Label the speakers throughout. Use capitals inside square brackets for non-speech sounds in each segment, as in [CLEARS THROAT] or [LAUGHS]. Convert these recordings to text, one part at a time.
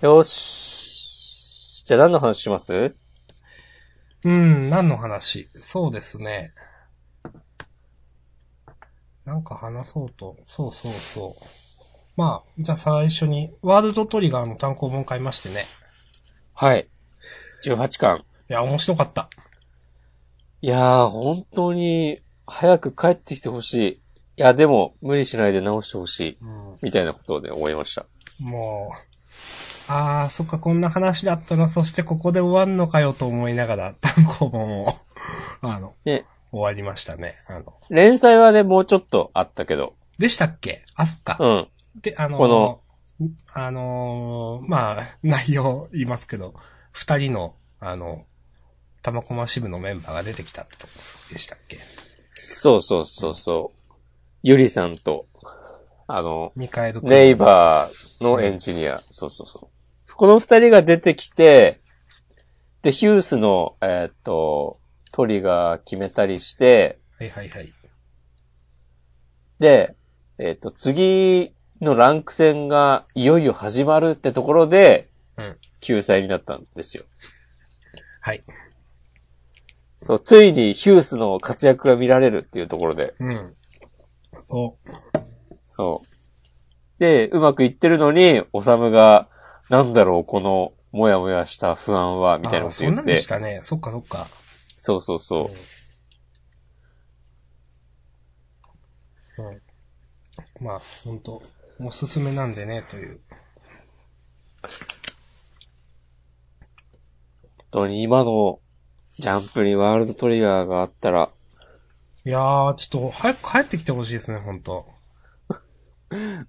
Speaker 1: よし。じゃあ何の話します
Speaker 2: うん、何の話そうですね。なんか話そうと。そうそうそう。まあ、じゃあ最初に、ワールドトリガーの単行本買いましてね。
Speaker 1: はい。18巻。
Speaker 2: いや、面白かった。
Speaker 1: いやー、本当に、早く帰ってきてほしい。いや、でも、無理しないで直してほしい。
Speaker 2: うん、
Speaker 1: みたいなことで思いました。
Speaker 2: もう、あー、そっか、こんな話だったな。そしてここで終わんのかよと思いながら、単行本を、あの、
Speaker 1: ね、
Speaker 2: 終わりましたね。あの、
Speaker 1: 連載はね、もうちょっとあったけど。
Speaker 2: でしたっけあ、そっか。
Speaker 1: うん。
Speaker 2: で、あのー
Speaker 1: この
Speaker 2: あのーまあ、 [LAUGHS] 内容言いますけど、二人の、あの、玉駒支部のメンバーが出てきたってとこでしたっけ
Speaker 1: そうそうそうそう。ゆりさんと、あの、
Speaker 2: 二階堂
Speaker 1: ネイバーのエンジニア。そうそうそう。この二人が出てきて、で、ヒュースの、えーっと、トリガー決めたりして、
Speaker 2: ー。はいはいはい。
Speaker 1: で、えっ、と、次のランク戦がいよいよ始まるってところで、
Speaker 2: うん。
Speaker 1: 救済になったんですよ。
Speaker 2: はい。
Speaker 1: そう、ついにヒュースの活躍が見られるっていうところで、
Speaker 2: うん。そう。
Speaker 1: そう。で、うまくいってるのに、オサムが、なんだろう、この、もやもやした不安は、みたいなこ
Speaker 2: あー
Speaker 1: と
Speaker 2: そん
Speaker 1: 言
Speaker 2: な
Speaker 1: っ
Speaker 2: んで
Speaker 1: て。
Speaker 2: したね。そっかそっか。
Speaker 1: そうそうそう。
Speaker 2: うん。うんまあ、本当おすすめなんでね、という。
Speaker 1: 本当に今の、ジャンプにワールドトリガーがあったら、
Speaker 2: いやー、ちょっと、早く帰ってきてほしいですね、本当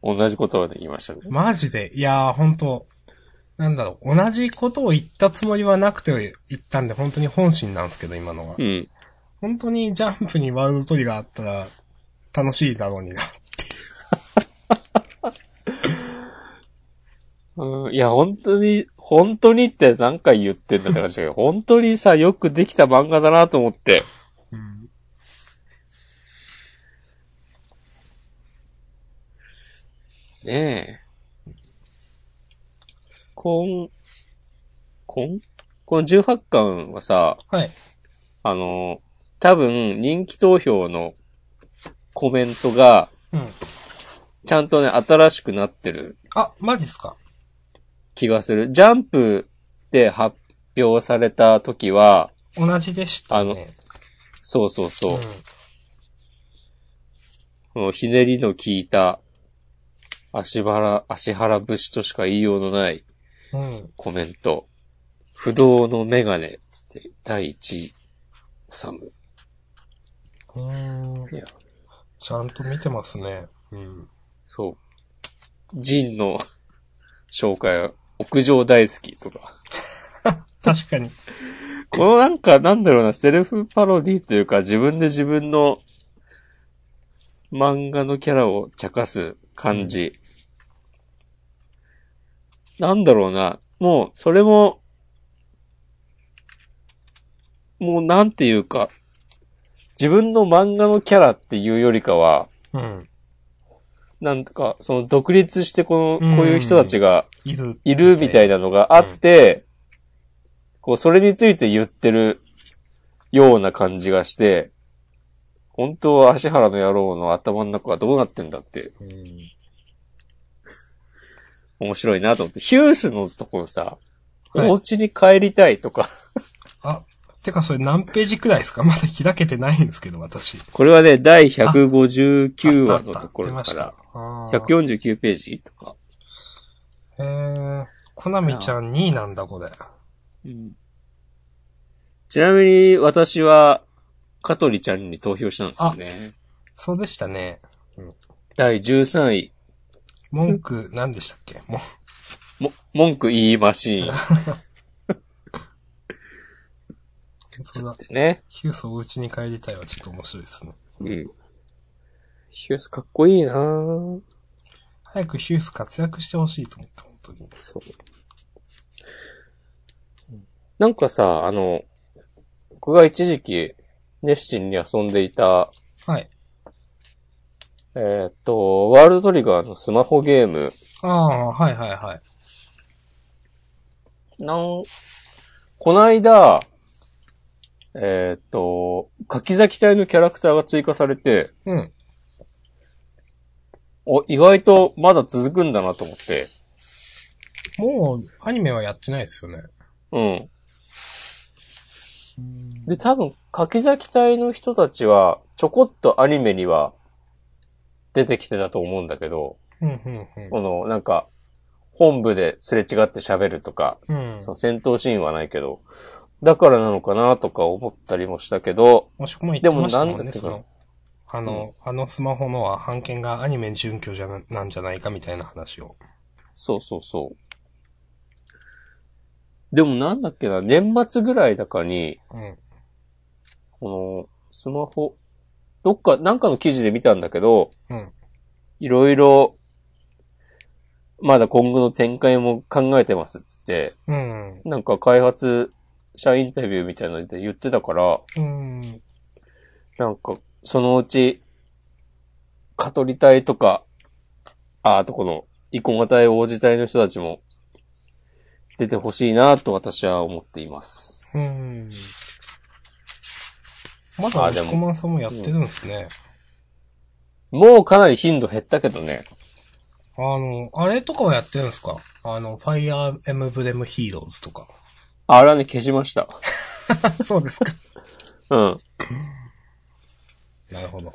Speaker 1: 同じことを言いましたね。
Speaker 2: マジで。いやー、本当なんだろう、同じことを言ったつもりはなくて言ったんで、本当に本心なんですけど、今のは。
Speaker 1: うん。
Speaker 2: 本当にジャンプにワールドトリガーあったら、楽しいだろうにな。
Speaker 1: うん、いや、本当に、本当にって何回言ってんだって話だけど、 [LAUGHS] 本当にさ、よくできた漫画だなと思って。
Speaker 2: うん。
Speaker 1: ねえ。こん、こん、この18巻はさ、
Speaker 2: はい。
Speaker 1: あの、多分人気投票のコメントが、
Speaker 2: うん。
Speaker 1: ちゃんとね、新しくなってる
Speaker 2: あ、マジっすか
Speaker 1: 気がする。ジャンプで発表された時は、
Speaker 2: 同じでした
Speaker 1: あの
Speaker 2: ね。
Speaker 1: そうそうそう
Speaker 2: うん。、
Speaker 1: このひねりの効いた、足原、足原節としか言いようのない
Speaker 2: うん。
Speaker 1: コメント。不動のメガネ、つって、第一、おさむ。
Speaker 2: うー
Speaker 1: いや
Speaker 2: ん。ちゃんと見てますね。うん。
Speaker 1: そう。ジンの [LAUGHS] 紹介は、屋上大好きとか。
Speaker 2: 確かに。
Speaker 1: このなんか、なんだろうな、セルフパロディというか、自分で自分の漫画のキャラを茶化す感じ。なんだろうな、もう、それも、もうなんていうか、自分の漫画のキャラっていうよりかは、
Speaker 2: うん。
Speaker 1: なんとか、その独立してこ
Speaker 2: う
Speaker 1: の、
Speaker 2: ん
Speaker 1: こういう人たちが
Speaker 2: いる。
Speaker 1: いるみたいなのがあって、こう、それについて言ってるような感じがして、本当は足原の野郎の頭の中はどうなってんだって、
Speaker 2: うん。
Speaker 1: 面白いなと思って。ヒュースのところさ、
Speaker 2: はい
Speaker 1: お家に帰りたいとか、
Speaker 2: あ、てかそれ何ページくらいですかまだ開けてないんですけど、私。
Speaker 1: [LAUGHS] これはね、第159話のところだ
Speaker 2: あった
Speaker 1: か
Speaker 2: あ
Speaker 1: ら
Speaker 2: っ、た。あー
Speaker 1: 149ページとか。
Speaker 2: えー、コナミちゃん2位なんだ、これ。
Speaker 1: ちなみに私は、香取ちゃんに投票したんですよね。
Speaker 2: そうでしたね。
Speaker 1: 第13位、
Speaker 2: 文句、何でしたっけも
Speaker 1: も、文句言いマシーンっ
Speaker 2: う、そうだ。
Speaker 1: てね。
Speaker 2: ヒュースお家に帰りたいはちょっと面白いですね。
Speaker 1: うん。ヒュースかっこいいなぁ
Speaker 2: 早くヒュース活躍してほしいと思って、本当に。
Speaker 1: そう。なんかさ、あの、僕が一時期熱心に遊んでいた、
Speaker 2: はい。
Speaker 1: えーっ、と、ワールドトリガーのスマホゲーム、
Speaker 2: ああ、はいはいはい。
Speaker 1: なん、こないだ、えーっと、柿崎隊のキャラクターが追加されて、
Speaker 2: うん。
Speaker 1: お、意外とまだ続くんだなと思って、
Speaker 2: もう、アニメはやってないですよね。
Speaker 1: うん。で、多分、柿崎隊の人たちは、ちょこっとアニメには出てきてたと思うんだけど、
Speaker 2: うん、うん、
Speaker 1: この、なんか、本部ですれ違って喋るとか、
Speaker 2: うん。うん
Speaker 1: そ。の戦闘シーンはないけど、だからなのかなとか思ったりもしたけど、
Speaker 2: もしくも言ってました
Speaker 1: で
Speaker 2: も
Speaker 1: もなんん
Speaker 2: ね、
Speaker 1: だけ
Speaker 2: そ
Speaker 1: ど
Speaker 2: の、あの、あのスマホのは版権がアニメ準拠じゃな、なんじゃないかみたいな話を。
Speaker 1: そうそうそう。でもなんだっけな、年末ぐらいだかに、
Speaker 2: うん。
Speaker 1: この、スマホ、どっか、なんかの記事で見たんだけど、
Speaker 2: うん。
Speaker 1: いろいろ、まだ今後の展開も考えてますっつって、
Speaker 2: うん。
Speaker 1: なんか開発者インタビューみたいなので言ってたから、
Speaker 2: うん。
Speaker 1: なんか、そのうち、カトリ隊とか、ああとこの、イコマ隊、王子隊の人たちも、出てほしいなと私は思っています。
Speaker 2: うん。まだ、
Speaker 1: あ
Speaker 2: 押
Speaker 1: でも
Speaker 2: しこまんさんもやってるんですね。
Speaker 1: もうかなり頻度減ったけどね。
Speaker 2: あの、あれとかはやってるんですかあの、ファイアーエムブレムヒーローズ
Speaker 1: [LAUGHS]
Speaker 2: とか。
Speaker 1: ああれはね、消しました。
Speaker 2: そうですか。
Speaker 1: うん。
Speaker 2: なるほど。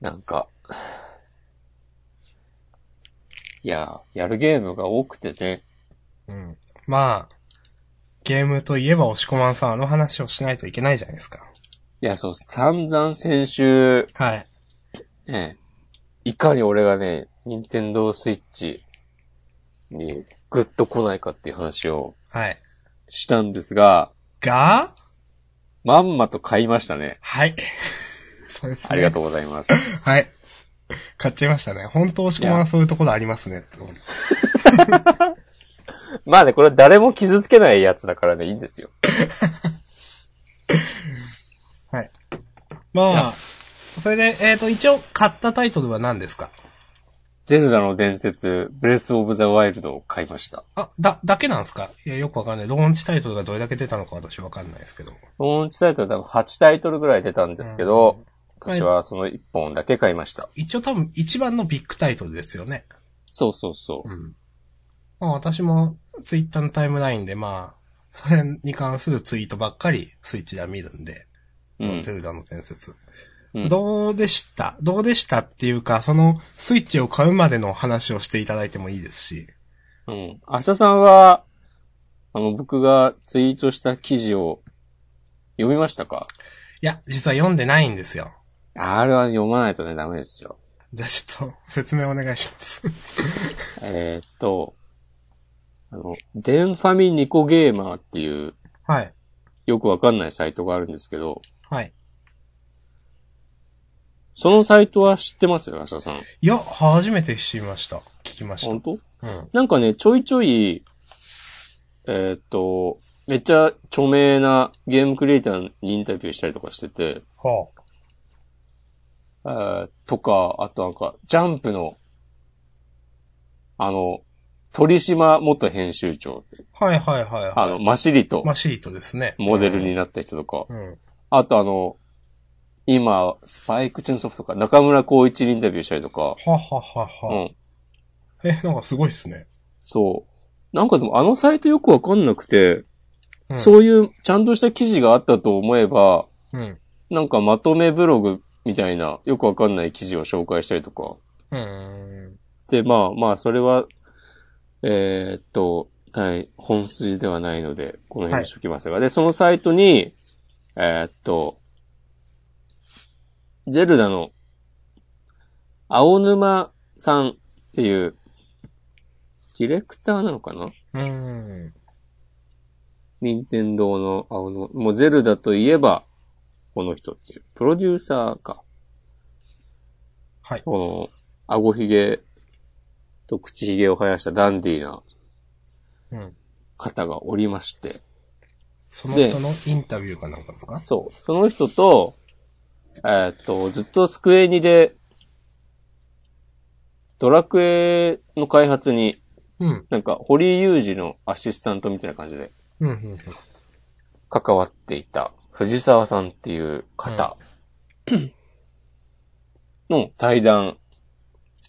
Speaker 1: なんか、いやー、やるゲームが多くてね。
Speaker 2: うん。まあ、ゲームといえば押しこまんさんあの話をしないといけないじゃないですか。
Speaker 1: いや、そう、散々先週、
Speaker 2: はい。
Speaker 1: ね、いかに俺がね、任天堂スイッチにグッと来ないかっていう話を
Speaker 2: はい。
Speaker 1: したんですが、
Speaker 2: が、
Speaker 1: まんまと買いましたね。
Speaker 2: はい。 [LAUGHS] そうですね。
Speaker 1: ありがとうございます。
Speaker 2: はい。買っちゃいましたね。本当、押し込まんそういうところありますね。
Speaker 1: [LAUGHS] まあね、これは誰も傷つけないやつだからね、いいんですよ。
Speaker 2: はい。まあ、それで、えっ、と、一応、買ったタイトルは何ですか
Speaker 1: ゼルダの伝説、ブレスオブザワイルドを買いました。
Speaker 2: あ、だ、だけなんですかいや、よくわかんない。ローンチタイトルがどれだけ出たのか私わかんないですけど。
Speaker 1: ローンチタイトル多分8タイトルぐらい出たんですけど、
Speaker 2: うん
Speaker 1: 私はその1本だけ買いました。
Speaker 2: 一応多分、一番のビッグタイトルですよね。
Speaker 1: そうそうそう。
Speaker 2: ん。まあ、私も、ツイッターのタイムラインで、まあ、それに関するツイートばっかり、スイッチでは見るんで。
Speaker 1: うん
Speaker 2: ゼルダの伝説。
Speaker 1: うん
Speaker 2: どうでしたどうでしたっていうか、その、スイッチを買うまでの話をしていただいてもいいですし。
Speaker 1: うん。明日さんは、あの、僕がツイートした記事を読みましたか
Speaker 2: いや、実は読んでないんですよ。
Speaker 1: あれは読まないとね、ダメですよ。
Speaker 2: じゃあちょっと、説明お願いします。
Speaker 1: えーっと、あの、デンファミニコゲーマーっていう、
Speaker 2: [LAUGHS] はい。
Speaker 1: よくわかんないサイトがあるんですけど、
Speaker 2: はい。
Speaker 1: そのサイトは知ってますよ、明日さん。
Speaker 2: いや、初めて知りました。聞きまし
Speaker 1: 本当
Speaker 2: た。うん。
Speaker 1: なんかね、ちょいちょい、えーっと、めっちゃ著名なゲームクリエイターにインタビューしたりとかしてて、
Speaker 2: はあ。
Speaker 1: えーとか、あとなんか、ジャンプの、あの、鳥島元編集長って、
Speaker 2: はいはいはい、はい。
Speaker 1: あの、マシリと
Speaker 2: まあ、シートですね。
Speaker 1: モデルになった人とか、
Speaker 2: うん。
Speaker 1: あとあの、今、スパイクチューンソフトとか、中村光一にインタビューしたりとか、
Speaker 2: ははは
Speaker 1: う
Speaker 2: は、
Speaker 1: ん、
Speaker 2: え、なんかすごいっすね。
Speaker 1: そう。なんかでもあのサイトよくわかんなくて、
Speaker 2: うん、
Speaker 1: そういうちゃんとした記事があったと思えば、
Speaker 2: うん。
Speaker 1: なんかまとめブログみたいな、よくわかんない記事を紹介したりとか、
Speaker 2: うん。
Speaker 1: で、まあまあ、それは、えーっと、はい、本筋ではないので、この辺にしときますが。で、そのサイトに、えーっと、ゼルダの、青沼さんっていう、ディレクターなのかな
Speaker 2: うん。
Speaker 1: 任天堂の青沼。もうゼルダといえば、この人っていう、プロデューサーか。
Speaker 2: はい。
Speaker 1: この、顎ひげと口ひげを生やしたダンディーな
Speaker 2: うん。
Speaker 1: 方がおりまして、
Speaker 2: その人のインタビューかなんかですか
Speaker 1: そう。その人と、えーっと、ずっとスクエニで、ドラクエの開発に
Speaker 2: うん。
Speaker 1: なんか、堀井雄二のアシスタントみたいな感じで
Speaker 2: うん、うん、
Speaker 1: 関わっていた藤沢さんっていう方の対談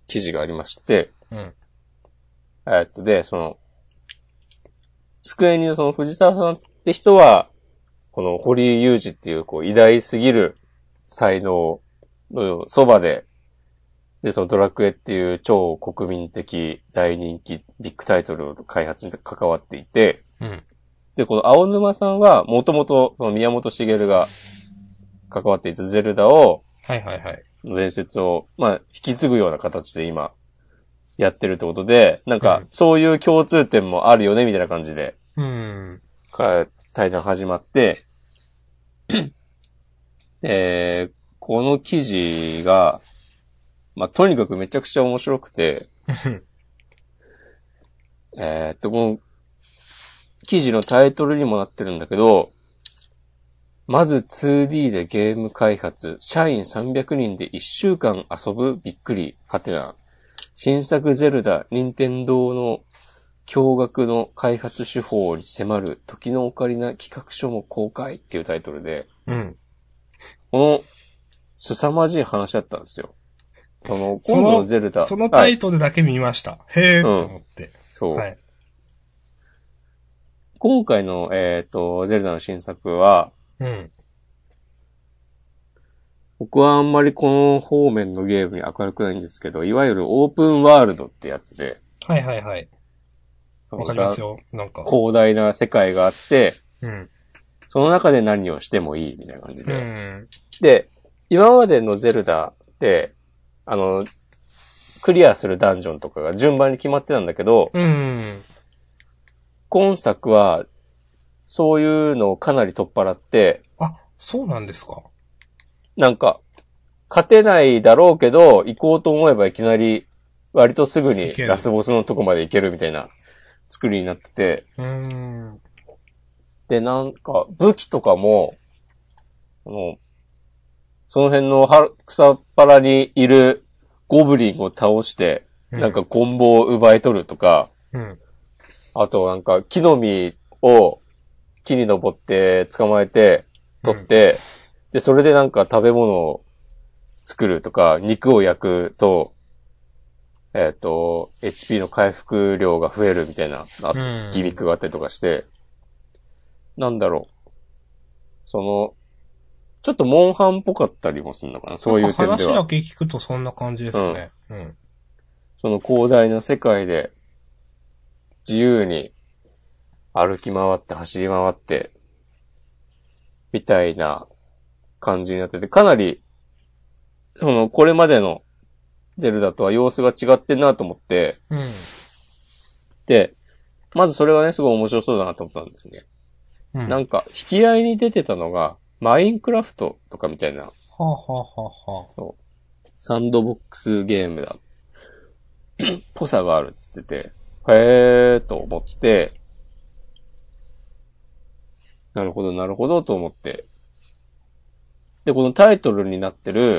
Speaker 1: 記事がありまして、
Speaker 2: うん。うん。
Speaker 1: えーっと、で、その、机にその藤沢さんって人は、この堀井雄二っていう、こう、偉大すぎる才能のそばで、で、そのドラクエっていう超国民的大人気ビッグタイトルの開発に関わっていて、
Speaker 2: うん。
Speaker 1: で、この青沼さんは、もともと、その宮本茂が関わっていたゼルダを、
Speaker 2: はいはいはい。
Speaker 1: 伝説を、まあ、引き継ぐような形で今、やってるってことで、なんか
Speaker 2: うん、
Speaker 1: そういう共通点もあるよね、みたいな感じで、
Speaker 2: うん。
Speaker 1: か対談始まって、えー、この記事が、まあ、とにかくめちゃくちゃ面白くて、えー、っと、この、記事のタイトルにもなってるんだけど、まず 2D でゲーム開発、社員300人で1週間遊ぶ、びっくり、はてな。新作ゼルダ、任天堂の驚愕の開発手法に迫る時のオカリナ企画書も公開っていうタイトルで、
Speaker 2: うん。
Speaker 1: この凄まじい話だったんですよ。その、
Speaker 2: その
Speaker 1: 今度のゼルダ。
Speaker 2: そのタ
Speaker 1: は
Speaker 2: イ
Speaker 1: い
Speaker 2: トルだけ見ました。へえーと思って。
Speaker 1: そう。
Speaker 2: はい。
Speaker 1: 今回の、えっ、と、ゼルダの新作は、
Speaker 2: うん。
Speaker 1: 僕はあんまりこの方面のゲームに明るくないんですけど、いわゆるオープンワールドってやつで、
Speaker 2: はいはいはい。わかりますよ。なんか。
Speaker 1: 広大な世界があって、
Speaker 2: うん。
Speaker 1: その中で何をしてもいいみたいな感じ
Speaker 2: う
Speaker 1: で。
Speaker 2: ん。
Speaker 1: で、今までのゼルダって、あの、クリアするダンジョンとかが順番に決まってたんだけど、
Speaker 2: うん。
Speaker 1: 今作は、そういうのをかなり取っ払って、
Speaker 2: あ、そうなんですか。
Speaker 1: なんか、勝てないだろうけど、行こうと思えばいきなり、割とすぐに
Speaker 2: いける
Speaker 1: ラスボスのとこまで行けるみたいな作りになってて、
Speaker 2: うん。
Speaker 1: で、なんか、武器とかも、あの、その辺のは草っ腹にいるゴブリンを倒して、なんか、ゴンボを奪い取るとか、
Speaker 2: うん。
Speaker 1: あとなんか木の実を木に登って捕まえて取って、で、それでなんか食べ物を作るとか、肉を焼くと、えっ、と、HP の回復量が増えるみたいな、あ
Speaker 2: うん
Speaker 1: ギミックがあったりとかして、なんだろう。その、ちょっとモンハンっぽかったりもするのかな、そういう点
Speaker 2: なん
Speaker 1: で
Speaker 2: か話だ
Speaker 1: は。
Speaker 2: け聞くとそんな感じですね。うん。
Speaker 1: その広大な世界で、自由に歩き回って走り回って、みたいな感じになってて、かなり、その、これまでのゼルダとは様子が違ってんなと思って、
Speaker 2: うん。
Speaker 1: で、まずそれはね、すごい面白そうだなと思ったんだよね。
Speaker 2: うん。
Speaker 1: な
Speaker 2: は
Speaker 1: んか、引き合いに出てたのが、マインクラフトとかみたいな、
Speaker 2: あ、はあはあはあ、
Speaker 1: サンドボックスゲームだ。 [CLEARS THROAT] ぽさがあるっつってて、へーと思って、なるほど、なるほどと思って。で、このタイトルになってる、
Speaker 2: うん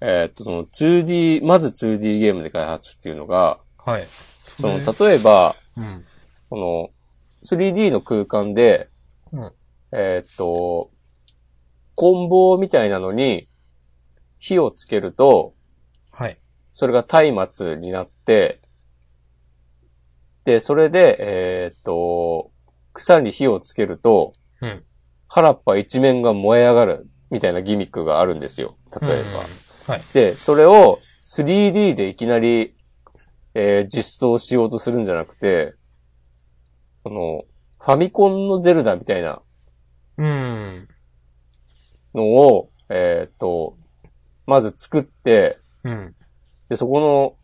Speaker 1: えーっと、その 2D、まず 2D ゲームで開発っていうのが、
Speaker 2: はい。
Speaker 1: その、
Speaker 2: れ
Speaker 1: 例えば、
Speaker 2: うん。
Speaker 1: この 3D の空間で、
Speaker 2: うん
Speaker 1: えーっと、コンボみたいなのに火をつけると、
Speaker 2: はい。
Speaker 1: それが松明になって、で、それで、えーっと、草に火をつけると、
Speaker 2: うん。
Speaker 1: 原っぱ一面が燃え上がるみたいなギミックがあるんですよ。例えば。
Speaker 2: ば。はい。
Speaker 1: で、それを 3D でいきなり、えー実装しようとするんじゃなくて、この、ファミコンのゼルダみたいな
Speaker 2: うん。
Speaker 1: のを、えーっと、まず作って、
Speaker 2: うん。
Speaker 1: で、そこの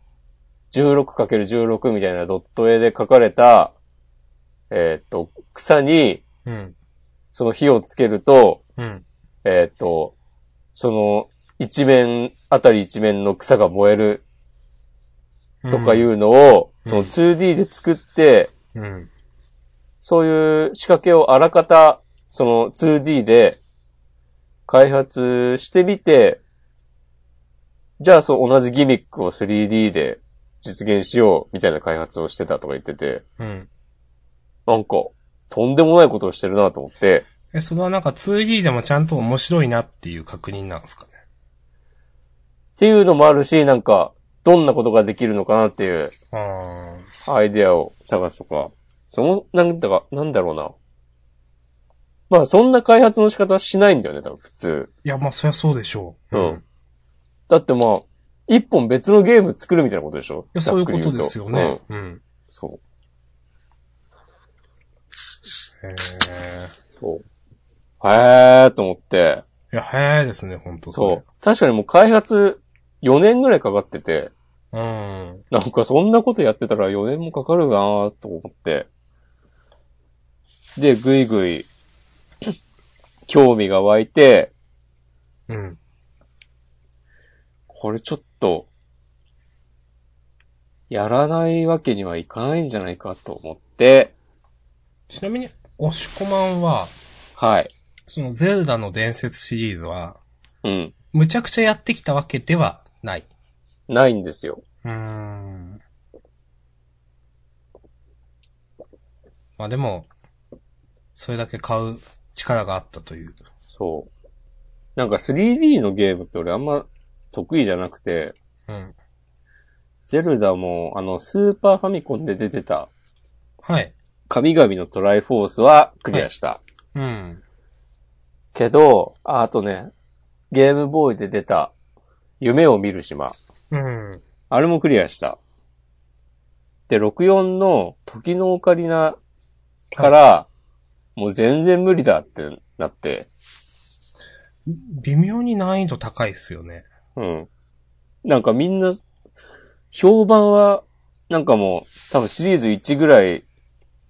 Speaker 1: 16×16 みたいなドット絵で描かれた、えーっと、草に
Speaker 2: うん。
Speaker 1: その火をつけると、
Speaker 2: うん。。
Speaker 1: えーっと、その一面、あたり一面の草が燃えるとかいううのを、
Speaker 2: うん
Speaker 1: その 2D で作って、
Speaker 2: うん。
Speaker 1: そういう仕掛けをあらかた、その 2D で開発してみて、じゃあそう同じギミックを 3D で実現しようみたいな開発をしてたとか言ってて、
Speaker 2: うん。
Speaker 1: なんか、とんでもないことをしてるなと思って、
Speaker 2: え、それはなんか 2D でもちゃんと面白いなっていう確認なんですかね。
Speaker 1: っていうのもあるし、なんか、どんなことができるのかなっていう
Speaker 2: あ
Speaker 1: アイデアを探すとか、その、なんだか、なんだろうな。まあ、そんな開発の仕方はしないんだよね、多分、普通。
Speaker 2: ー。いや、まあそりゃそうでしょう。
Speaker 1: うんだってまあ、一本別のゲーム作るみたいなことでしょ
Speaker 2: いや、そういうことですよ。
Speaker 1: ざっ
Speaker 2: ね
Speaker 1: くり言う。
Speaker 2: うん。
Speaker 1: うんそう。
Speaker 2: へ
Speaker 1: そう。へーと思って。
Speaker 2: え。いや、早いですね、ほんと
Speaker 1: そう
Speaker 2: れ。
Speaker 1: 確かにもう開発4年ぐらいかかってて、
Speaker 2: うん。
Speaker 1: なんかそんなことやってたら4年もかかるなーと思って。で、ぐいぐい、興味が湧いて、
Speaker 2: うん。
Speaker 1: これちょっと、やらないわけにはいかないんじゃないかと思って、
Speaker 2: ちなみに、押し込まんは、
Speaker 1: はい。
Speaker 2: そのゼルダの伝説シリーズは、
Speaker 1: うん。
Speaker 2: むちゃくちゃやってきたわけではない。
Speaker 1: ないんですよ。
Speaker 2: うーん。まあでも、それだけ買う力があったという。
Speaker 1: そう。なんか 3D のゲームって俺あんま得意じゃなくて、
Speaker 2: うん。
Speaker 1: ゼルダもあのスーパーファミコンで出てた
Speaker 2: はい。
Speaker 1: 神々のトライフォースはクリアした。
Speaker 2: うん。
Speaker 1: けど、あ、あとね、ゲームボーイで出た夢を見る島。
Speaker 2: うん。
Speaker 1: あれもクリアした。で、64の時のオカリナから、もう全然無理だってなって、
Speaker 2: 微妙に難易度高いっすよね。
Speaker 1: うん。なんかみんな、評判は、なんかもう、多分シリーズ1ぐらい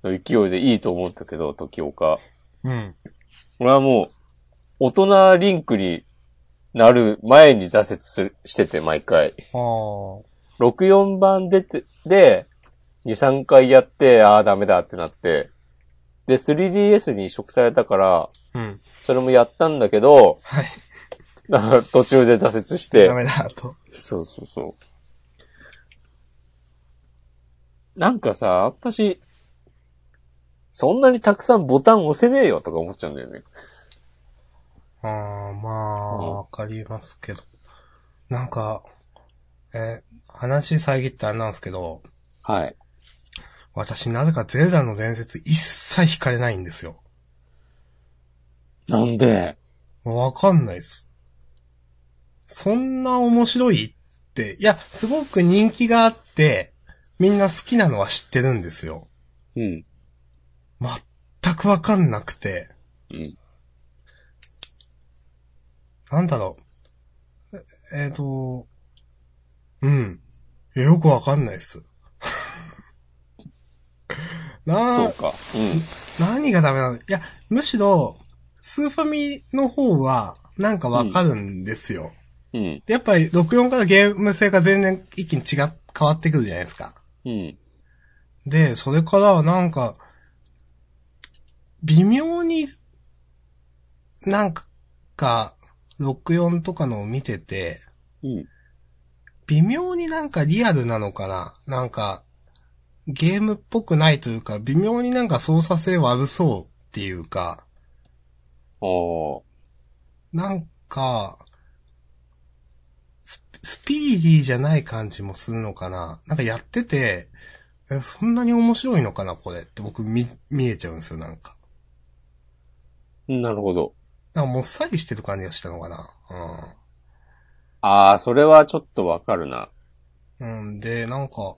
Speaker 1: の勢いでいいと思ったけど、時岡。
Speaker 2: うん。
Speaker 1: 俺はもう、大人リンクになる前に挫折するしてて、毎回。
Speaker 2: ああ。
Speaker 1: 64番出て、で、2、3回やって、ああ、ダメだってなって。で、3DS に移植されたから、
Speaker 2: うん。
Speaker 1: それもやったんだけど、
Speaker 2: はい。
Speaker 1: なんか [LAUGHS] 途中で挫折し
Speaker 2: ダ
Speaker 1: て。
Speaker 2: メだ、と。
Speaker 1: そうそうそう。なんかさ、あっぱし、そんなにたくさんボタン押せねえよとか思っちゃうんだよね。
Speaker 2: ああ、ま
Speaker 1: うん
Speaker 2: あ、わかりますけど。なんか、え、話遮ってあれなんですけど、
Speaker 1: はい。
Speaker 2: 私なぜかゼルダの伝説一切惹かれないんですよ。
Speaker 1: なんで
Speaker 2: わかんないっす。そんな面白いって、いや、すごく人気があって、みんな好きなのは知ってるんですよ。
Speaker 1: うん。
Speaker 2: 全くわかんなくて、
Speaker 1: うん。
Speaker 2: なんだろう。えっ、えーと、うん。いやよくわかんないっす。 [LAUGHS] な
Speaker 1: そう
Speaker 2: あ、
Speaker 1: か。
Speaker 2: 何がダメなのいや、むしろ、スーファミの方は、なんかわかるんですよ。
Speaker 1: うん。うん。
Speaker 2: でやっぱり64からゲーム性が全然一気に違っ、変わってくるじゃないですか。
Speaker 1: うん。
Speaker 2: で、それからはなんか、微妙に、なんか、64とかのを見てて、
Speaker 1: うん。
Speaker 2: 微妙になんかリアルなのかななんか、ゲームっぽくないというか、微妙になんか操作性悪そうっていうか、
Speaker 1: おー。
Speaker 2: なんか、ススピーディーじゃない感じもするのかななんかやってて、えそんなに面白いのかなこれって僕見、見えちゃうんですよ、なんか。
Speaker 1: なるほど。
Speaker 2: なんかもっさりしてる感じがしたのかな
Speaker 1: ああ、それはちょっとわかるな。
Speaker 2: うん。うんで、なんか、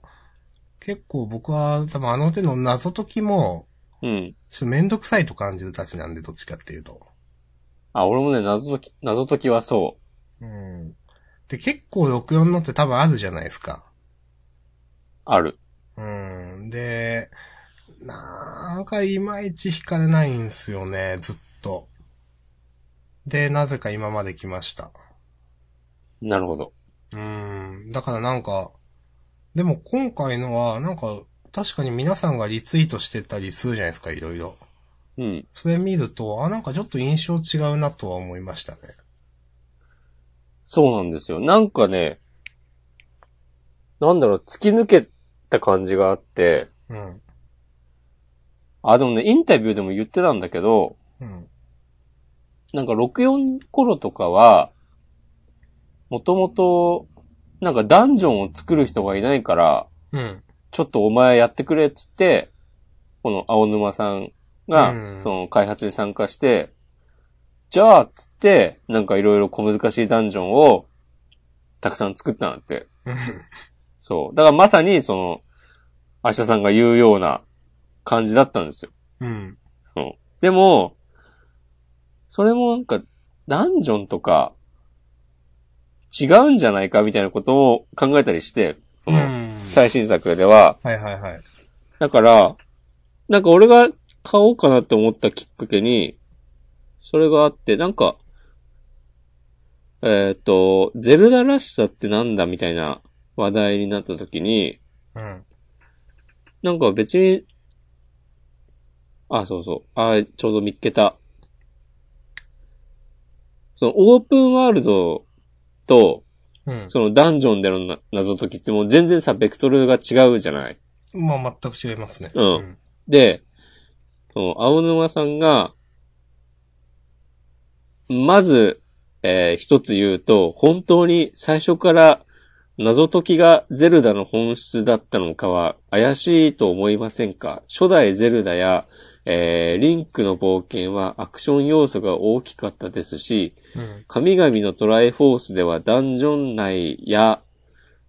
Speaker 2: 結構僕は多分あの手の謎解きも、
Speaker 1: うん。
Speaker 2: ちょっとめんどくさいと感じるたちなんで、どっちかっていうと。
Speaker 1: あ、俺もね、謎解き、謎解きはそ
Speaker 2: うん。で、結構64のって多分あるじゃないですか。
Speaker 1: う。ある。
Speaker 2: うん。で、なんかいまいち惹かれないんすよね、ずっと。で、なぜか今まで来ました。
Speaker 1: なるほど。
Speaker 2: うん。だからなんか、でも今回のは、なんか、確かに皆さんがリツイートしてたりするじゃないですか、いろいろ。
Speaker 1: うん。
Speaker 2: それ見ると、あ、なんかちょっと印象違うなとは思いましたね。
Speaker 1: そうなんですよ。なんかね、なんだろう、突き抜けた感じがあって、
Speaker 2: うん。
Speaker 1: あ、でもね、インタビューでも言ってたんだけど、
Speaker 2: うん。
Speaker 1: なんか64頃とかは、もともと、なんかダンジョンを作る人がいないから、
Speaker 2: うん。
Speaker 1: ちょっとお前やってくれっつって、この青沼さん
Speaker 2: う
Speaker 1: が、
Speaker 2: ん
Speaker 1: その開発に参加して、じゃあっつって、なんかいろいろ小難しいダンジョンをたくさん作ったんだって。
Speaker 2: うん。
Speaker 1: そう。だからまさにその、明日さんが言うような感じだったんですよ。
Speaker 2: うん。
Speaker 1: でも、それもなんか、ダンジョンとか、違うんじゃないかみたいなことを考えたりして、その、最新作では。
Speaker 2: はいはいはい。
Speaker 1: だから、なんか俺が買おうかなって思ったきっかけに、それがあって、なんか、えっ、と、ゼルダらしさってなんだみたいな話題になった時に、
Speaker 2: うん。
Speaker 1: なんか別に、あ、そうそう。あ、ちょうど見っけた。そのオープンワールドと、
Speaker 2: うん。
Speaker 1: そのダンジョンでのな謎解きってもう全然さ、ベクトルが違うじゃない。
Speaker 2: まあ、全く違いますね。
Speaker 1: うん
Speaker 2: ん。
Speaker 1: で、その青沼さんが、まず、えー一つ言うと、本当に最初から謎解きがゼルダの本質だったのかは怪しいと思いませんか初代ゼルダや、えーリンクの冒険はアクション要素が大きかったですし、
Speaker 2: うん。
Speaker 1: 神々のトライフォースではダンジョン内や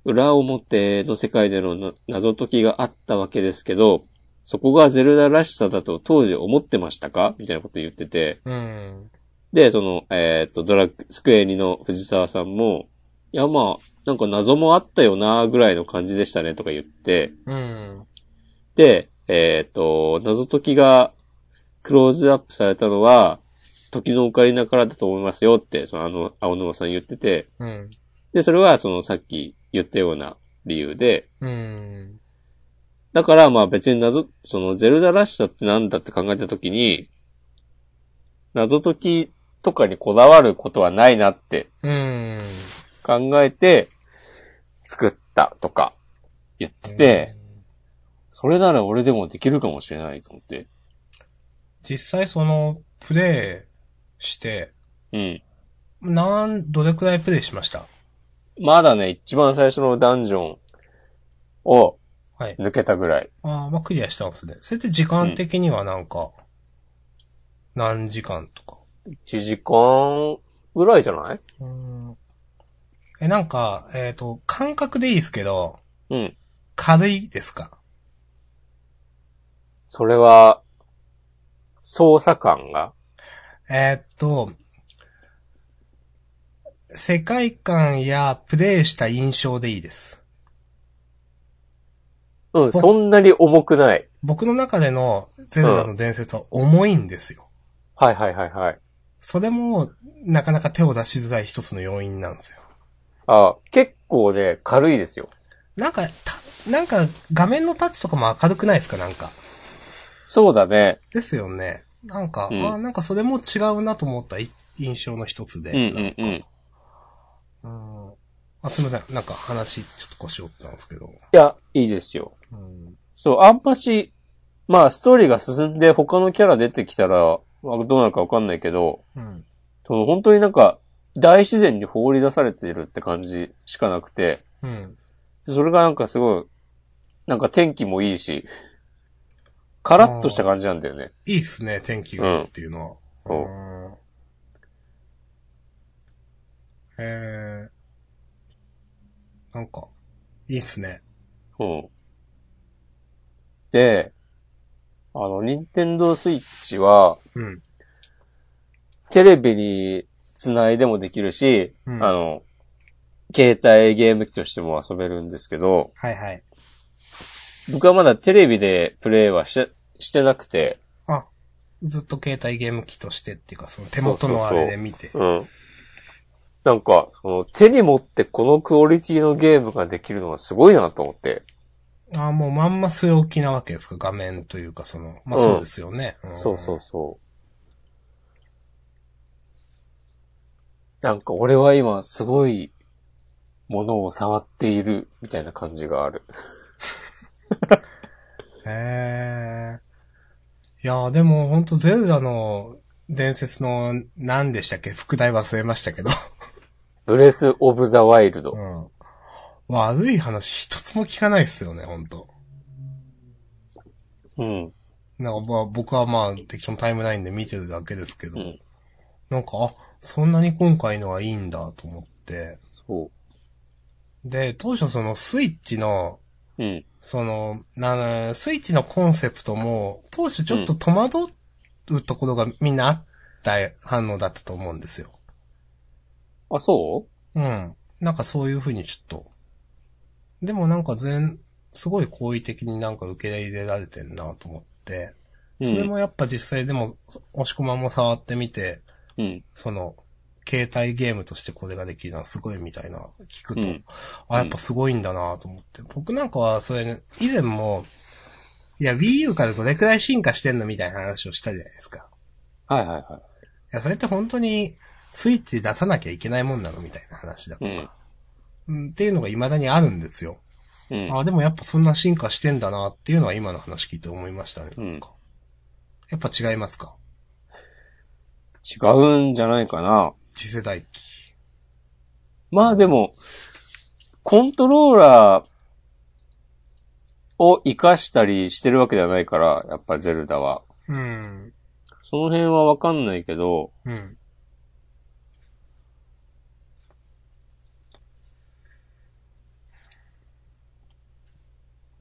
Speaker 1: 裏表の世界でのな謎解きがあったわけですけど、そこがゼルダらしさだと当時思ってましたかみたいなこと言ってて。
Speaker 2: うん。
Speaker 1: で、その、えっ、と、ドラッグ、スクエニの藤沢さんも、いや、まあ、なんか謎もあったよな、ぐらいの感じでしたね、とか言って、
Speaker 2: うん。
Speaker 1: で、えっ、と、謎解きがクローズアップされたのは、時のオカリナからだと思いますよって、そのあの、青沼さん言ってて、
Speaker 2: うん。
Speaker 1: で、それはそのさっき言ったような理由で、
Speaker 2: うん。
Speaker 1: だからまあ別に謎、そのゼルダらしさってなんだって考えたときに、謎解きとかにこだわることはないなって
Speaker 2: うん。
Speaker 1: 考えて、作ったとか言ってて、それなら俺でもできるかもしれないと思って。
Speaker 2: 実際その、プレイして、
Speaker 1: うん。
Speaker 2: なん、どれくらいプレイしました
Speaker 1: まだね、一番最初のダンジョンを
Speaker 2: はい。
Speaker 1: 抜けたぐらい。
Speaker 2: ああ、まあ、クリアしたんですね。それって時間的にはなんか、何時間とか。
Speaker 1: 1時間ぐらいじゃない
Speaker 2: うん。え、なんか、えっ、と、感覚でいいですけど、
Speaker 1: うん。
Speaker 2: 軽いですか
Speaker 1: それは、操作感が。
Speaker 2: えーっと、世界観やプレイした印象でいいです。
Speaker 1: うん、そんなに重くない。
Speaker 2: 僕の中でのゼルダの伝説は重いんですよ。
Speaker 1: はいはいはいはい。
Speaker 2: それも、なかなか手を出しづらい一つの要因なんですよ。
Speaker 1: あ結構ね、軽いですよ。
Speaker 2: なんか、た、なんか、画面のタッチとかも明るくないですかなんか。
Speaker 1: そうだね。
Speaker 2: ですよね。なんか、
Speaker 1: うん
Speaker 2: あなんかそれも違うなと思ったい印象の一つで。
Speaker 1: うんうんうん。い
Speaker 2: うんあ、すみません。なんか話、ちょっと腰折ったんですけど。
Speaker 1: や、いいですよ。
Speaker 2: うん。
Speaker 1: そう、あんまし、まあ、ストーリーが進んで他のキャラ出てきたら、まあどうなるかわかんないけど、
Speaker 2: うん。
Speaker 1: その本当になんか、大自然に放り出されてるって感じしかなくて、
Speaker 2: うん。
Speaker 1: でそれがなんかすごい、なんか天気もいいし、カラッとした感じなんだよね。
Speaker 2: いいっすね、天気がっていうのは。
Speaker 1: うん
Speaker 2: うんえー、なんか、いいっすね。
Speaker 1: うん。で、あの、ニンテンドースイッチは、
Speaker 2: うん。
Speaker 1: テレビに繋いでもできるし、
Speaker 2: うん
Speaker 1: あの、携帯ゲーム機としても遊べるんですけど、
Speaker 2: はいはい。
Speaker 1: 僕はまだテレビでプレイはして、してなくて、
Speaker 2: あ、ずっと携帯ゲーム機としてっていうか、その手元のあれで見て。
Speaker 1: うん。なんか、その手に持ってこのクオリティのゲームができるのはすごいなと思って。
Speaker 2: あもうまんま据え置きなわけですか、画面というか、その、まあそうですよね。ん
Speaker 1: そうそうそう。なんか俺は今すごい、物を触っているみたいな感じがある。
Speaker 2: へえ。いやーでもほんとゼルダの伝説の何でしたっけ副題忘れました
Speaker 1: [LAUGHS]
Speaker 2: けど。
Speaker 1: ブレス・オブ・ザ・ワイルド
Speaker 2: う。ん。悪い話一つも聞かないっすよね、ほんと。
Speaker 1: うん。
Speaker 2: なんかまあ僕はまあ適当のタイムラインで見てるだけですけど。
Speaker 1: うん
Speaker 2: なんか、あ、そんなに今回のはいいんだと思って。
Speaker 1: そ
Speaker 2: で、当初そのスイッチの
Speaker 1: う。うん。
Speaker 2: その、な、スイッチのコンセプトも、当初ちょっと戸惑うところがみんなあった反応だったと思うんですよ。
Speaker 1: あ、そ
Speaker 2: うん。なんかそういう風にちょっと。でもなんか全、すごい好意的になんか受け入れられてんなと思って。
Speaker 1: う
Speaker 2: それもやっぱ実際でも、押し込まんも触ってみて、
Speaker 1: うん。うん。
Speaker 2: その、携帯ゲームとしてこれができるのはすごいみたいな、聞くと、
Speaker 1: うん
Speaker 2: あ、やっぱすごいんだなと思って。僕なんかは、それね、以前も、いや、Wii U からどれくらい進化してんのみたいな話をしたじゃないですか。
Speaker 1: はいはいはい
Speaker 2: や、それって本当に、スイッチで出さなきゃいけないもんなのみたいな話だとか。うん、っていうのが未だにあるんですよ。
Speaker 1: い。うん。
Speaker 2: あ、でもやっぱそんな進化してんだなっていうのは今の話聞いて思いましたね。
Speaker 1: うん
Speaker 2: なんかやっぱ違いますか
Speaker 1: 違うんじゃないかな。
Speaker 2: 次世代機。
Speaker 1: まあでも、コントローラーを活かしたりしてるわけではないから、やっぱゼルダは。
Speaker 2: うん。
Speaker 1: その辺はわかんないけど、
Speaker 2: うん。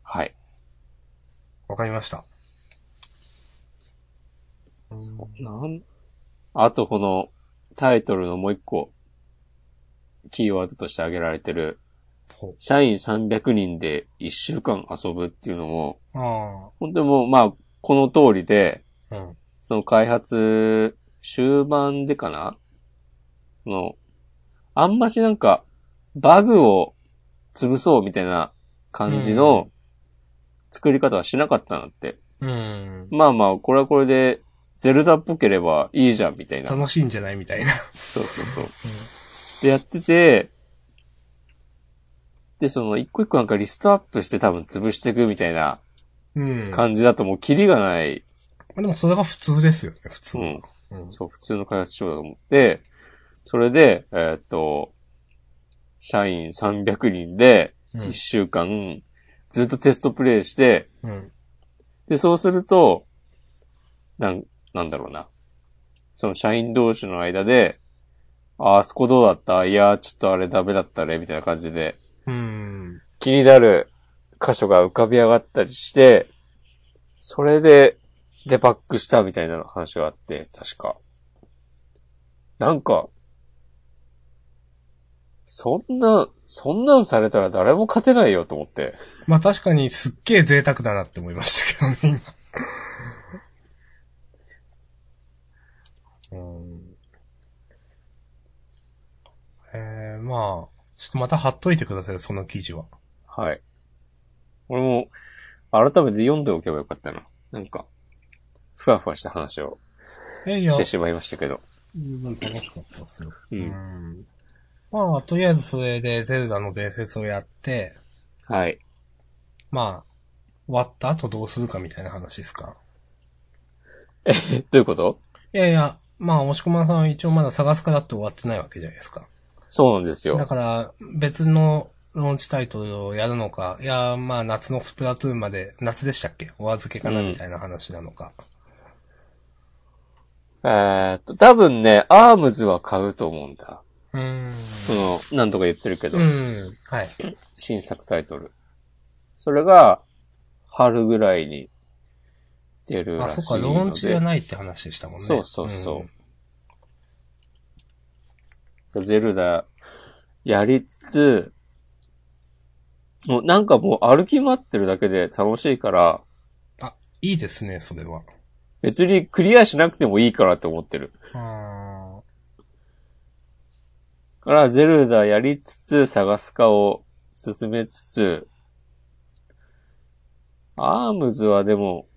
Speaker 1: はい。
Speaker 2: わかりました。
Speaker 1: なんあとこのタイトルのもう一個、キーワードとして挙げられてる、
Speaker 2: ほう
Speaker 1: 社員300人で1週間遊ぶっていうのも、
Speaker 2: あ
Speaker 1: 本当にもうまあ、この通りで、
Speaker 2: あ、うん。
Speaker 1: その開発、終盤でかなその、あんましなんか、バグを潰そうみたいな感じの作り方はしなかったなって。
Speaker 2: うん。
Speaker 1: まあまあ、これはこれで、ゼルダっぽければいいじゃんみたいな。
Speaker 2: 楽しいんじゃないみたいな。
Speaker 1: そうそうそう。で、やってて、で、その、一個一個なんかリストアップして多分潰していくみたいな
Speaker 2: うん。
Speaker 1: 感じだともうキリがない、
Speaker 2: でもそれが普通ですよね、普通。
Speaker 1: う
Speaker 2: うんん。。うん。
Speaker 1: そう、普通の開発書だと思って、それで、えーっと、社員300人で、
Speaker 2: うん
Speaker 1: 1週間、ずっとテストプレイして、
Speaker 2: うん。
Speaker 1: で、そうすると、なん、なんだろうな。その社員同士の間で、あ、あそこどうだったいや、ちょっとあれダメだったね、みたいな感じで、
Speaker 2: うん。
Speaker 1: 気になる箇所が浮かび上がったりして、それでデバッグしたみたいな話があって、確か。なんか、そんな、そんなんされたら誰も勝てないよと思って。
Speaker 2: まあ確かにすっげえ贅沢だなって思いましたけどね、今。うん。えー、まあ、ちょっとまた貼っといてください、その記事は。
Speaker 1: はい。俺も、改めて読んでおけばよかったな。なんか、ふわふわした話を
Speaker 2: いやいや
Speaker 1: し、てしまいましたけど。
Speaker 2: 十分楽しかったですよ。
Speaker 1: う
Speaker 2: うんん。まあ、とりあえずそれでゼルダの伝説をやって、
Speaker 1: はい。
Speaker 2: まあ、終わった後どうするかみたいな話ですか。
Speaker 1: えどういうこと
Speaker 2: いやいや、まあ、押し込まさんは一応まだ探すからって終わってないわけじゃないですか。
Speaker 1: そうなんです
Speaker 2: だ
Speaker 1: よ。
Speaker 2: から、別のローンチタイトルをやるのか、いや、まあ、夏のスプラトゥーンまで、夏でしたっけお預けかな
Speaker 1: うん
Speaker 2: みたいな話なのか。
Speaker 1: えーっと、多分ね、アームズは買うと思うんだ。
Speaker 2: うーん。
Speaker 1: その、なんとか言ってるけど、
Speaker 2: うん。はい。
Speaker 1: 新作タイトル。それが、春ぐらいに出る
Speaker 2: あ、
Speaker 1: らしい
Speaker 2: そっ
Speaker 1: の
Speaker 2: か、
Speaker 1: で。
Speaker 2: ローンチじゃないって話でしたもんね。
Speaker 1: そうそうそう
Speaker 2: うん
Speaker 1: ゼルダやりつつ、もうなんかもう歩き回ってるだけで楽しいから、
Speaker 2: あ、いいですね、それは。
Speaker 1: 別にクリアしなくてもいいからって思ってる。
Speaker 2: あ
Speaker 1: から、ゼルダやりつつ、探すかを進めつつ、アームズはでも、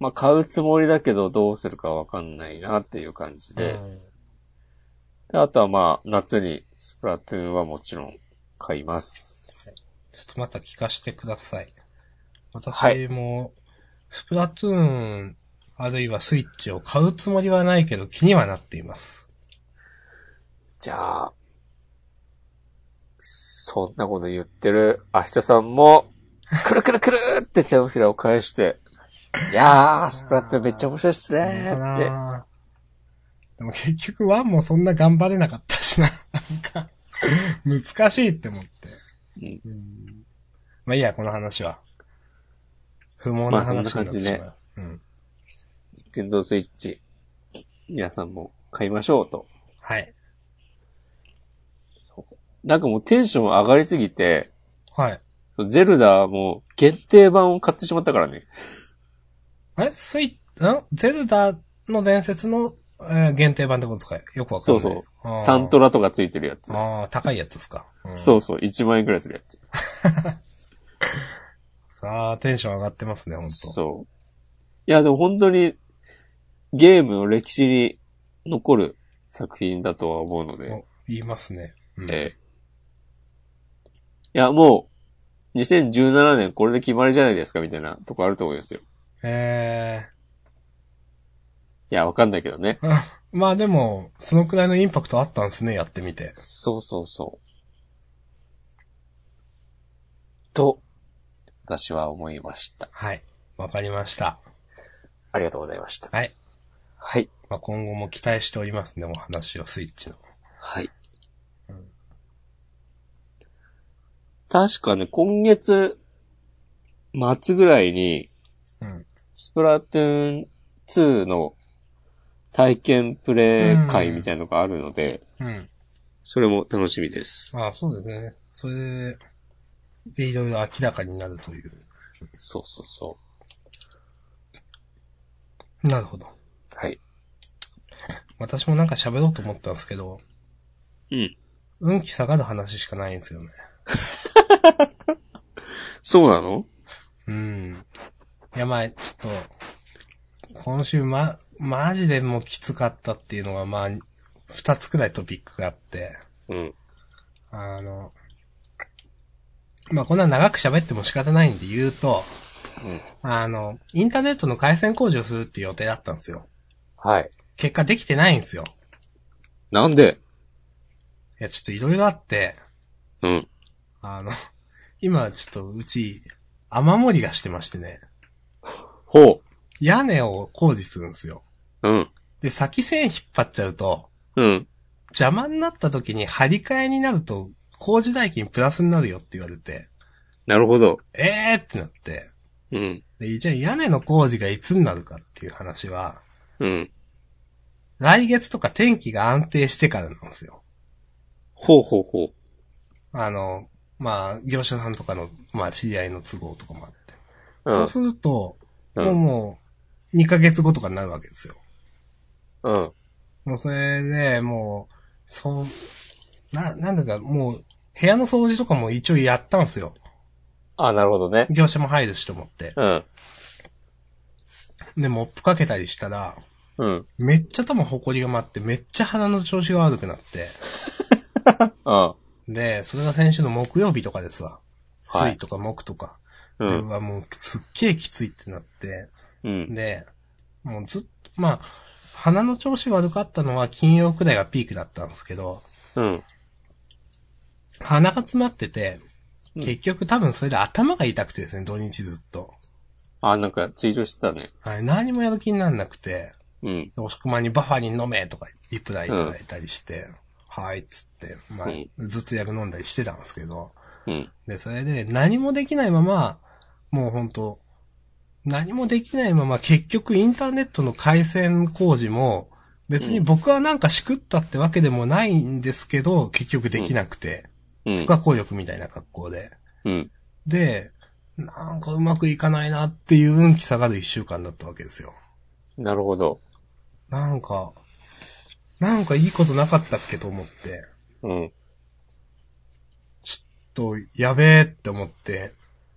Speaker 1: まあ、買うつもりだけど、どうするかわかんないなっていう感じ
Speaker 2: ー
Speaker 1: で。であとはまあ、夏にスプラトゥーンはもちろん買います。
Speaker 2: ちょっとまた聞かせてください。
Speaker 1: は
Speaker 2: 私
Speaker 1: い
Speaker 2: も、スプラトゥーン、あるいはスイッチを買うつもりはないけど気にはなっています。
Speaker 1: じゃあ、そんなこと言ってる明日さんも、くるくるくるって手のひらを返
Speaker 2: [LAUGHS]
Speaker 1: して、いやー、スプラトゥーンめっちゃ面白いっすねーって。
Speaker 2: でも結局ワンもそんな頑張れなかったしな。なんか、難しいって思って。うんまあいいや、この話は。不毛な話になってしまう。
Speaker 1: まあそんな感
Speaker 2: うん。
Speaker 1: 電動スイッチ、皆さんも買いましょうと。
Speaker 2: はい。
Speaker 1: なんかもうテンション上がりすぎて、
Speaker 2: はい。
Speaker 1: ゼルダもう限定版を買ってしまったからね。
Speaker 2: え、スイッんゼルダの伝説の、えー限定版ってことですかよくわかんない。
Speaker 1: そうそう
Speaker 2: あー
Speaker 1: サントラとかついてるやつ。
Speaker 2: ああ、高いやつですか。うん
Speaker 1: そうそう、1万円くらいするやつ。
Speaker 2: さあ、テンション上がってますね、ほんと。
Speaker 1: そう。いや、でも本当に、ゲームの歴史に残る作品だとは思うので、
Speaker 2: お言いますね。うん
Speaker 1: ええいや、もう、2017年これで決まりじゃないですか、みたいなとこあると思いますよ。
Speaker 2: え
Speaker 1: いや、わかんないけどね。
Speaker 2: ー [LAUGHS] あまあでも、そのくらいのインパクトあったんですね、やってみて。
Speaker 1: そうそうそう。と、私は思いました。
Speaker 2: はい。わかりました。
Speaker 1: ありがとうございました。
Speaker 2: はい。
Speaker 1: はい。
Speaker 2: まあ今後も期待しておりますね、お話を、スイッチの。
Speaker 1: はい。確かね、今月末ぐらいに、
Speaker 2: うん。
Speaker 1: スプラトゥーン2の体験プレイ会みたいのがあるので、
Speaker 2: うん。
Speaker 1: それも楽しみです。
Speaker 2: ああ、そうですね。それでいろいろ明らかになるという。
Speaker 1: そうそうそ
Speaker 2: なるほど。
Speaker 1: う。はい。
Speaker 2: 私もなんか喋ろうと思ったんですけど、
Speaker 1: うん。
Speaker 2: 運気下がる話しかないんですよね。
Speaker 1: そうなの
Speaker 2: うん。いや、まあ、ちょっと、今週ま、マジでもうきつかったっていうのが、まあ、二つくらいトピックがあって、
Speaker 1: うん。
Speaker 2: あの、まあ、こんな長く喋っても仕方ないんで言うと、
Speaker 1: うん
Speaker 2: あの、インターネットの回線工事をするっていう予定だったんですよ。
Speaker 1: はい。
Speaker 2: 結果できてないんですよ。
Speaker 1: なんで
Speaker 2: いや、ちょっといろいろあって、
Speaker 1: うん。
Speaker 2: あの、 [LAUGHS] 今ちょっとうち、雨漏りがしてましてね、
Speaker 1: ほ
Speaker 2: 屋根を工事するんですよ。
Speaker 1: う。うん。
Speaker 2: で、先線引っ張っちゃうと、
Speaker 1: うん。
Speaker 2: 邪魔になった時に張り替えになると、工事代金プラスになるよって言われて、
Speaker 1: なるほど。
Speaker 2: えーってなって、
Speaker 1: うん。
Speaker 2: で、じゃあ屋根の工事がいつになるかっていう話は、
Speaker 1: うん。
Speaker 2: 来月とか天気が安定してからなんですよ。
Speaker 1: ほうほうほう。
Speaker 2: あの、まあ、業者さんとかの、まあ、知り合いの都合とかもあって。
Speaker 1: うん
Speaker 2: そうすると、
Speaker 1: う。
Speaker 2: もうんもう、2ヶ月後とかになるわけですよ。
Speaker 1: うん。
Speaker 2: もうそれで、もう、そう、な、なんだか、もう、部屋の掃除とかも一応やったんですよ。
Speaker 1: あ、なるほどね。
Speaker 2: 業者も入るしと思って。
Speaker 1: うん。
Speaker 2: で、モップかけたりしたら、
Speaker 1: うん。
Speaker 2: めっちゃ多分埃が舞って、めっちゃ鼻の調子が悪くなって。
Speaker 1: あ
Speaker 2: で、それが先週の木曜日とかですわ。
Speaker 1: はい
Speaker 2: 水とか木とか。
Speaker 1: う。
Speaker 2: でうんわもうすっげえきついってなって。
Speaker 1: うん。
Speaker 2: で、もうずっと、まあ、鼻の調子悪かったのは金曜くらいがピークだったんですけど、
Speaker 1: うん。
Speaker 2: 鼻が詰まってて、
Speaker 1: うん
Speaker 2: 結局多分それで頭が痛くてですね、土日ずっと。
Speaker 1: あ、なんか、追上してたね。
Speaker 2: はい、何もやる気になんなくて、
Speaker 1: うん。
Speaker 2: でおしくまにバファリン飲めとかリプライいただいたりして、はいっつって、まあ
Speaker 1: うん、
Speaker 2: 頭痛薬飲んだりしてたんですけど、
Speaker 1: うん。
Speaker 2: で、それで何もできないまま、もうほんと、何もできないまま結局インターネットの回線工事も、別に僕はなんかしくったってわけでもないんですけど、結局できなくて、
Speaker 1: うん
Speaker 2: 不。可抗力みたいな格好で。
Speaker 1: うん。
Speaker 2: で、なんかうまくいかないなっていう運気下がる一週間だったわけですよ。
Speaker 1: なるほど。
Speaker 2: なんか、なんかいいことなかったっけと思って、
Speaker 1: うん。
Speaker 2: と、やべえって思って、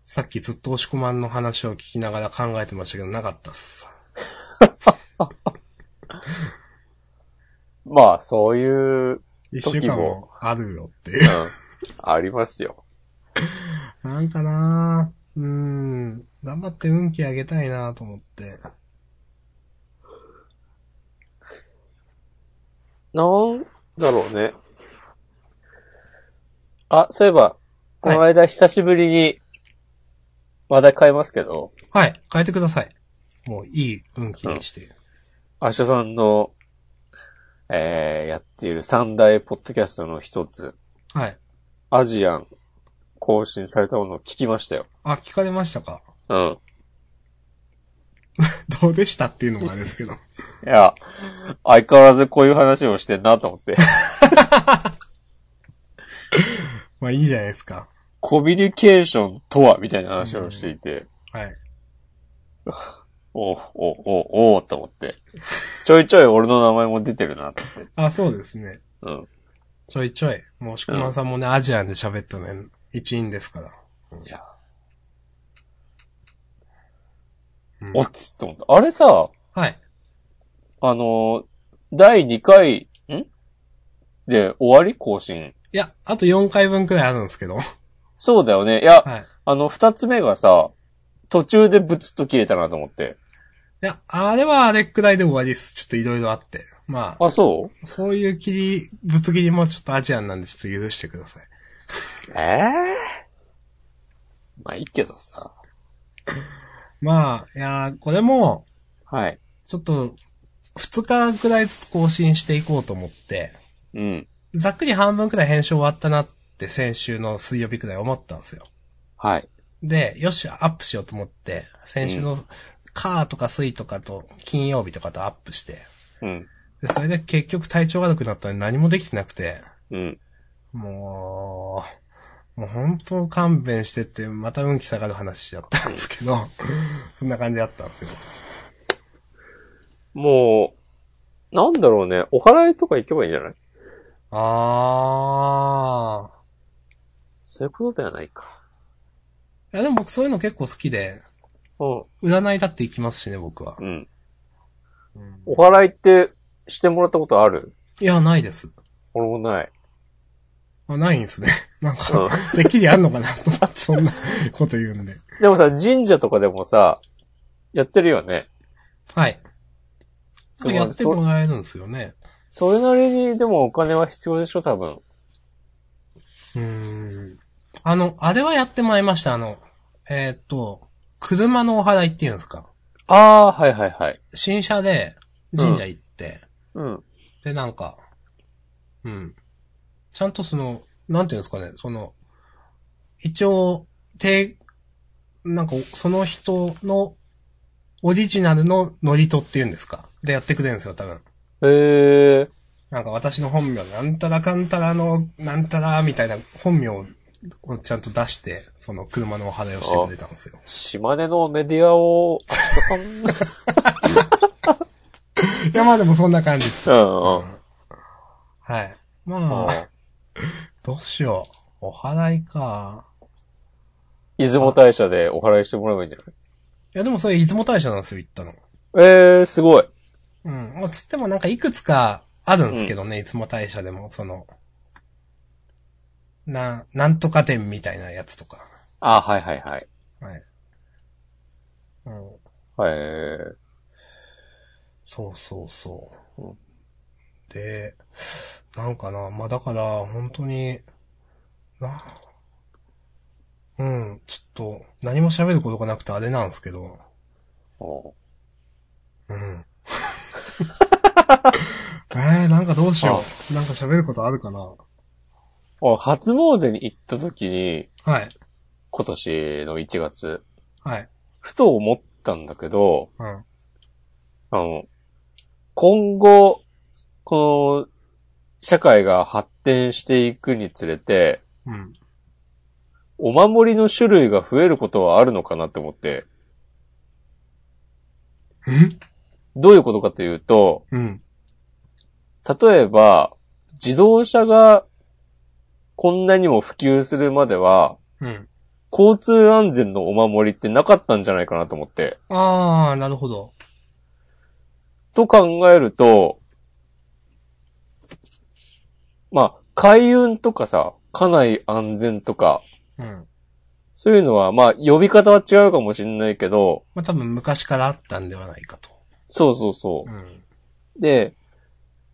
Speaker 2: さっきずっと押し込まんの話を聞きながら考えてましたけど、なかったっす。
Speaker 1: まあ、そういう
Speaker 2: 一週
Speaker 1: 時
Speaker 2: 間
Speaker 1: も
Speaker 2: もあるよっていう
Speaker 1: う。ん。ありますよ。
Speaker 2: なんかなぁ。うーん。頑張って運気上げたいなぁと思って。
Speaker 1: なんだろうね。あ、そういえば、この間久しぶりに、話題変えますけど、
Speaker 2: はい。変えてください。もういい運気にして。
Speaker 1: アシャさんの、えー、やっている三大ポッドキャストの一つ、
Speaker 2: はい。
Speaker 1: アジアン、更新されたものを聞きましたよ。
Speaker 2: あ、聞かれましたか [LAUGHS]
Speaker 1: うん。
Speaker 2: どうでしたっていうのもあれですけど。
Speaker 1: いや、相変わらずこういう話をしてんなと思
Speaker 2: [LAUGHS]
Speaker 1: って。
Speaker 2: まあいいじゃないですか。
Speaker 1: コミュニケーションとはみたいな話をしていて、
Speaker 2: はい。
Speaker 1: おうおうおうおうと思って。ちょいちょい俺の名前も出てるなと思って。
Speaker 2: あ、そうですね。
Speaker 1: うん。
Speaker 2: ちょいちょい。もう、しくまんさんもね、アジアンで喋ったね、一員ですから。
Speaker 1: いや。
Speaker 2: うん
Speaker 1: おっつって思った。あれさ、
Speaker 2: はい。
Speaker 1: あのー第2回、んで、終わり更新。
Speaker 2: いや、あと4回分くらいあるんですけど。は
Speaker 1: そうだよね。いや、
Speaker 2: い。い
Speaker 1: あの、二つ目がさ、途中でブツッと切れたなと思って。
Speaker 2: や、あれはあれくらいで終わりです。ちょっといろいろあって。まあ、
Speaker 1: あ、そう
Speaker 2: そういう切り、ぶつ切りもちょっとアジアンなんでちょっと許してください。
Speaker 1: ええまあいいけどさ。
Speaker 2: まあ、いやー、これも、
Speaker 1: はい。
Speaker 2: ちょっと、2日くらいずつ更新していこうと思って、
Speaker 1: うん。
Speaker 2: ざっくり半分くらい編集終わったなって先週の水曜日くらい思ったんですよ。
Speaker 1: はい。
Speaker 2: で、よし、アップしようと思って、先週の、カーとか水とかと、金曜日とかとアップして、
Speaker 1: うん。
Speaker 2: で、それで結局体調悪くなったんで何もできてなくて、
Speaker 1: うん。
Speaker 2: もう、もう本当勘弁してって、また運気下がる話しちゃったんですけど、 [LAUGHS] そんな感じだったんですよ。
Speaker 1: もう、なんだろうね。お祓いとか行けばいいんじゃない
Speaker 2: あ
Speaker 1: そういうことではないか。
Speaker 2: ー。いや、でも僕そういうの結構好きで、
Speaker 1: うん。
Speaker 2: 占いだって行きますしね、僕は
Speaker 1: う。ん。お祓いってしてもらったことある
Speaker 2: いや、ないです。
Speaker 1: 俺もない。
Speaker 2: あ、ないんですね。 [LAUGHS] なん
Speaker 1: う
Speaker 2: か、てっきりあんのかなと思って、そんなこと言うんで。
Speaker 1: でもさ、神社とかでもさ、やってるよね。
Speaker 2: はい。
Speaker 1: でも
Speaker 2: やってもらえるんですよね。
Speaker 1: それなりに、でもお金は必要でしょ、多分。
Speaker 2: うーん。あの、あれはやってもらいました。あの、えーっと、車のお払いっていうんですか。
Speaker 1: ああ、はいはいはい。
Speaker 2: 新車で神社行って、
Speaker 1: うん。
Speaker 2: で、なんか、うん。ちゃんとその、なんていうんですかね、その、一応、て、なんか、その人の、オリジナルのノリトっていうんですか。でやってくれるんですよ、多分。
Speaker 1: へえ。
Speaker 2: なんか私の本名、なんたらかんたらの、なんたら、みたいな本名をちゃんと出して、その車のお払いをしてくれたんですよ。
Speaker 1: 島根のメディア [LAUGHS] を、あちこ
Speaker 2: [LAUGHS] いや、まあでもそんな感じです。
Speaker 1: さん。うんうん。
Speaker 2: はい。
Speaker 1: うん
Speaker 2: まあ、どうしよう。お払いか。
Speaker 1: 出雲大社でお祓いしてもらえばいいんじゃ
Speaker 2: いや、でもそれ、出雲大社なんですよ、行ったの。
Speaker 1: ないええー、すごい。
Speaker 2: うん。まあ、つってもなんかいくつかあるんですけどね、出雲大社でも、その、な、なんとか店みたいなやつとか。
Speaker 1: ああ、はいはいはい。
Speaker 2: はい。うん。
Speaker 1: へ
Speaker 2: そうそうそう。
Speaker 1: うん
Speaker 2: で、なんかな、まあだから、本当に、な、うん、ちょっと、何も喋ることがなくてあれなんですけど、
Speaker 1: え。お
Speaker 2: うん。 [LAUGHS] えー、なんかどうしよう。なんか喋ることあるかな
Speaker 1: お初詣に行った時に、
Speaker 2: はい、
Speaker 1: 今年の1月、
Speaker 2: はい、
Speaker 1: ふと思ったんだけど、
Speaker 2: うん、
Speaker 1: あの、今後、この、社会が発展していくにつれて、
Speaker 2: うん。
Speaker 1: お守りの種類が増えることはあるのかなって思って、どういうことかというと、
Speaker 2: うん、
Speaker 1: 例えば、自動車がこんなにも普及するまでは、
Speaker 2: うん。
Speaker 1: 交通安全のお守りってなかったんじゃないかなと思って、
Speaker 2: あー、なるほど。
Speaker 1: と考えると、まあ、海運とかさ、家内安全とか、
Speaker 2: うん。
Speaker 1: そういうのは、まあ、呼び方は違うかもしんないけど、
Speaker 2: まあ多分昔からあったんではないかと。
Speaker 1: そうそうそう
Speaker 2: う。ん。
Speaker 1: で、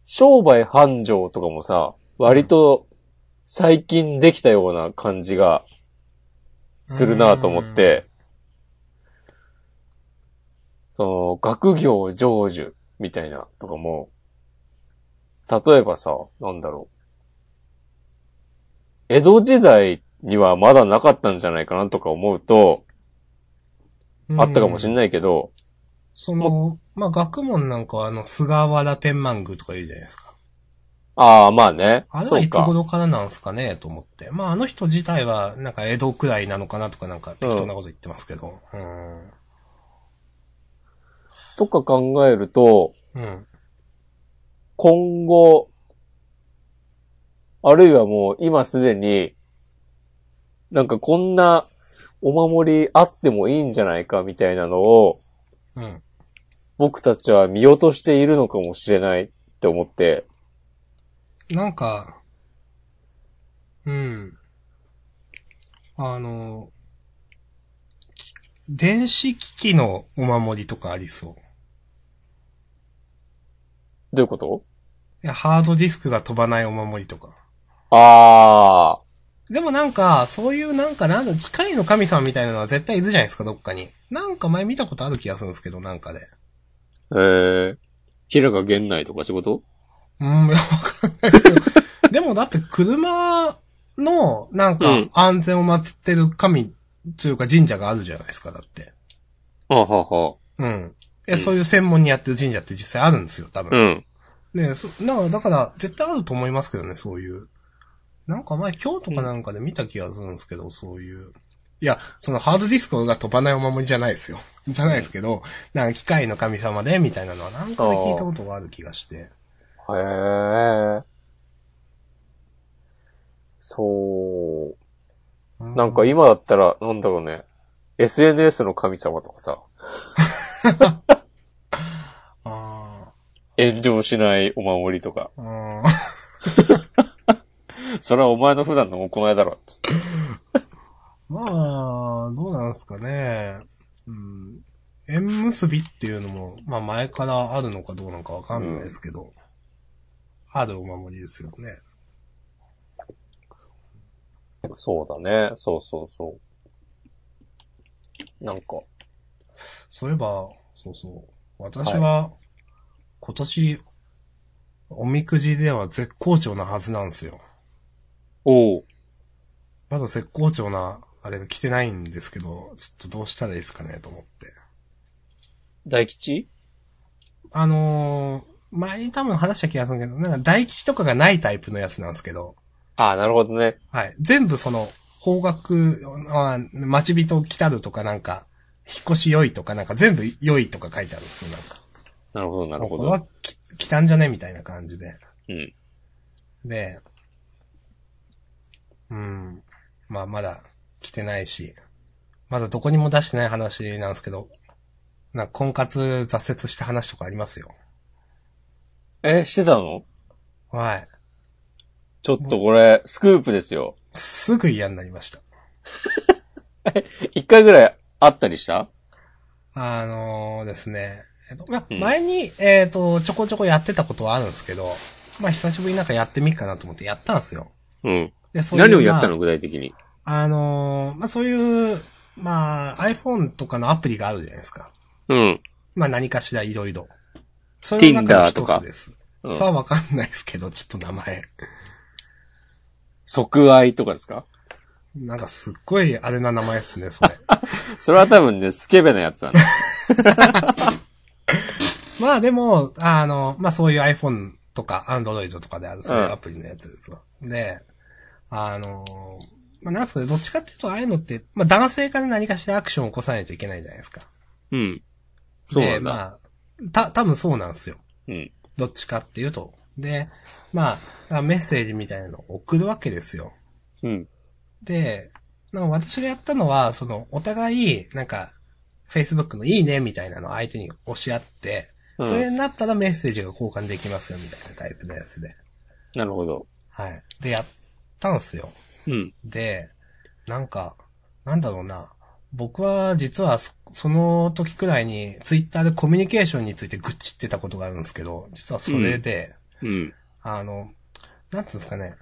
Speaker 1: 商売繁盛とかもさ、割と最近できたような感じがするなと思って、その、学業成就みたいなとかも、例えばさ、なんだろう。江戸時代にはまだなかったんじゃないかなとか思うと、あったかもし
Speaker 2: ない。
Speaker 1: んないけど、
Speaker 2: その、まあ学問なんかはあの、菅原天満宮とか言うじゃないですか。
Speaker 1: ああ、まあね。
Speaker 2: あれ
Speaker 1: そ
Speaker 2: は
Speaker 1: う
Speaker 2: いつ
Speaker 1: か
Speaker 2: 頃からなんですかねと思って。まああの人自体は、なんか江戸くらいなのかなとかなんか適当なこと言ってますけど。うん。
Speaker 1: とか考えると、
Speaker 2: うん。
Speaker 1: 今後、あるいはもう今すでに、なんかこんなお守りあってもいいんじゃないかみたいなのを
Speaker 2: うん。
Speaker 1: 僕たちは見落としているのかもしれないって思って、
Speaker 2: なんか、うん。あの、き電子機器のお守りとかありそう。
Speaker 1: どういうこと
Speaker 2: いや、ハードディスクが飛ばないお守りとか。
Speaker 1: ああ、
Speaker 2: でもなんか、そういうなんか、なんか、機械の神様みたいなのは絶対いるじゃないですか、どっかに。なんか前見たことある気がするんですけど、なんかで。
Speaker 1: ええー、平賀源内とか仕事
Speaker 2: うーん、いやわかんないけど。でもだって車の、なんか
Speaker 1: うん、
Speaker 2: 安全を祀ってる神、というか神社があるじゃないですか、だって。
Speaker 1: はあ、はあは
Speaker 2: うん。
Speaker 1: う
Speaker 2: え、
Speaker 1: ん
Speaker 2: そういう専門にやってる神社って実際あるんですよ、多
Speaker 1: あ、う
Speaker 2: 分。
Speaker 1: ん。
Speaker 2: ねそ、なんか、だから、絶対あると思いますけどね、そういう。なんか前、今日とかなんかで見た気がするんですけど、そういう。いや、そのハードディスクが飛ばないお守りじゃないですよ。 [LAUGHS] じゃないですけど、なんか機械の神様で、みたいなのはなんかで聞いたことがある気がして。
Speaker 1: へえー。そう。なんか
Speaker 2: い
Speaker 1: 今だったら、なんだろうね。SNS の神様とかさ、
Speaker 2: あ
Speaker 1: 炎上しないお守りとか、
Speaker 2: ーあー。 [LAUGHS]
Speaker 1: それはお前の普段の行いだろ、つって。
Speaker 2: まあ、どうなんすかね。うん。縁結びっていうのも、まあ前からあるのかどうなのかわかんないですけど、あるお守りですよね。
Speaker 1: そうだね。そうそうそう。なんか、
Speaker 2: そういえば、そうそう。私は、今年、おみくじでは絶好調なはずなんですよ。
Speaker 1: おう。
Speaker 2: まだ絶好調な、あれが来てないんですけど、ちょっとどうしたらいいですかねと思って。
Speaker 1: 大吉
Speaker 2: あのー、前に多分話した気がするけど、なんか大吉とかがないタイプのやつなんですけど、
Speaker 1: ああ、なるほどね。
Speaker 2: はい。全部その、方角、あ町人来たるとかなんか、引っ越し良いとかなんか全部良いとか書いてあるんですよ、なんか。
Speaker 1: なるほど、なるほ
Speaker 2: こ
Speaker 1: ど。
Speaker 2: れはき来たんじゃねみたいな感じで。
Speaker 1: うん。
Speaker 2: で、うん。まあまだ来てないし、まだどこにも出してない話なんですけど、なんか婚活挫折した話とかありますよ。
Speaker 1: え、してたの
Speaker 2: はい。
Speaker 1: ちょっとこれ、スクープですよ。
Speaker 2: すぐ嫌になりました。
Speaker 1: 一回ぐらいあったりした
Speaker 2: あのーですね。えっと、まあ、
Speaker 1: うん
Speaker 2: 前に、えっ、と、ちょこちょこやってたことはあるんですけど、まあ、久しぶりになんかやってみっかなと思ってやったんですよ。
Speaker 1: うん。
Speaker 2: で、そういう
Speaker 1: 何をやった
Speaker 2: ま
Speaker 1: の具体的に。
Speaker 2: ああのーまあ、そういう、まあ、iPhone とかのアプリがあるじゃないですか。
Speaker 1: うん。
Speaker 2: まあ、何かしらいろいろ。そ
Speaker 1: Tinder とか
Speaker 2: です。
Speaker 1: うん
Speaker 2: さあ、わかんないですけど、ちょっと名前。
Speaker 1: 即愛とかですか
Speaker 2: なんかすっごいあれな名前ですね、
Speaker 1: [LAUGHS]
Speaker 2: それ。
Speaker 1: それは多分ね、スケベなやつだね。
Speaker 2: まあでも、あの、まあそういう iPhone とか Android とかである、そういう
Speaker 1: うん
Speaker 2: アプリのやつですわ。で、あの、まあなんすかね、どっちかっていうと、ああいうのって、まあ男性から何かしらアクションを起こさないといけないじゃないですか。
Speaker 1: うん。そうなんだ。
Speaker 2: で、まあ、た、多分そうなんですよ。
Speaker 1: うん。
Speaker 2: どっちかっていうと。で、まあ、メッセージみたいなのを送るわけですよ。
Speaker 1: うん。
Speaker 2: で、なんか私がやったのは、その、お互い、なんか、Facebook のいいねみたいなのを相手に押し合って、
Speaker 1: うん
Speaker 2: それになったらメッセージが交換できますよみたいなタイプのやつで。
Speaker 1: なるほど。
Speaker 2: はい。で、やったんすよ。
Speaker 1: うん。
Speaker 2: で、なんか、なんだろうな。僕は実はそその時くらいにツイッターでコミュニケーションについて愚痴ってたことがあるんですけど、実はそれで、
Speaker 1: うん。
Speaker 2: あの、なんていうんですかね。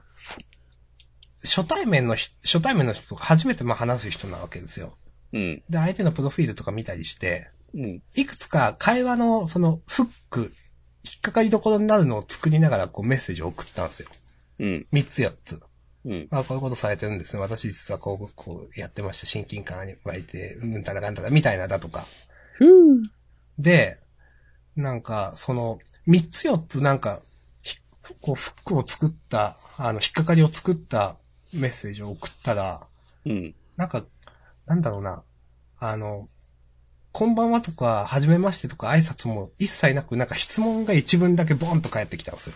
Speaker 2: 初対面の人、初対面の人と初めてまあ話す人なわけですよ。
Speaker 1: うん。
Speaker 2: で、相手のプロフィールとか見たりして、
Speaker 1: うん。
Speaker 2: いくつか会話のそのフック、引っかかりどころになるのを作りながらこうメッセージを送ったんですよ。
Speaker 1: うん。
Speaker 2: 3つ4つ。
Speaker 1: うん。
Speaker 2: まあこういうことされてるんですね。私実はこう、こうやってました。親近感に湧いて、うんたらかんたらみたいなだとか。
Speaker 1: ふぅ。
Speaker 2: で、なんか、その、三つ四つなんか、ひこう、フックを作った、あの、引っかかりを作ったメッセージを送ったら、
Speaker 1: うん。
Speaker 2: なんか、なんだろうな、あの、こんばんはとか、はじめましてとか挨拶も一切なく、なんか質問が一文だけボンと返ってきたんです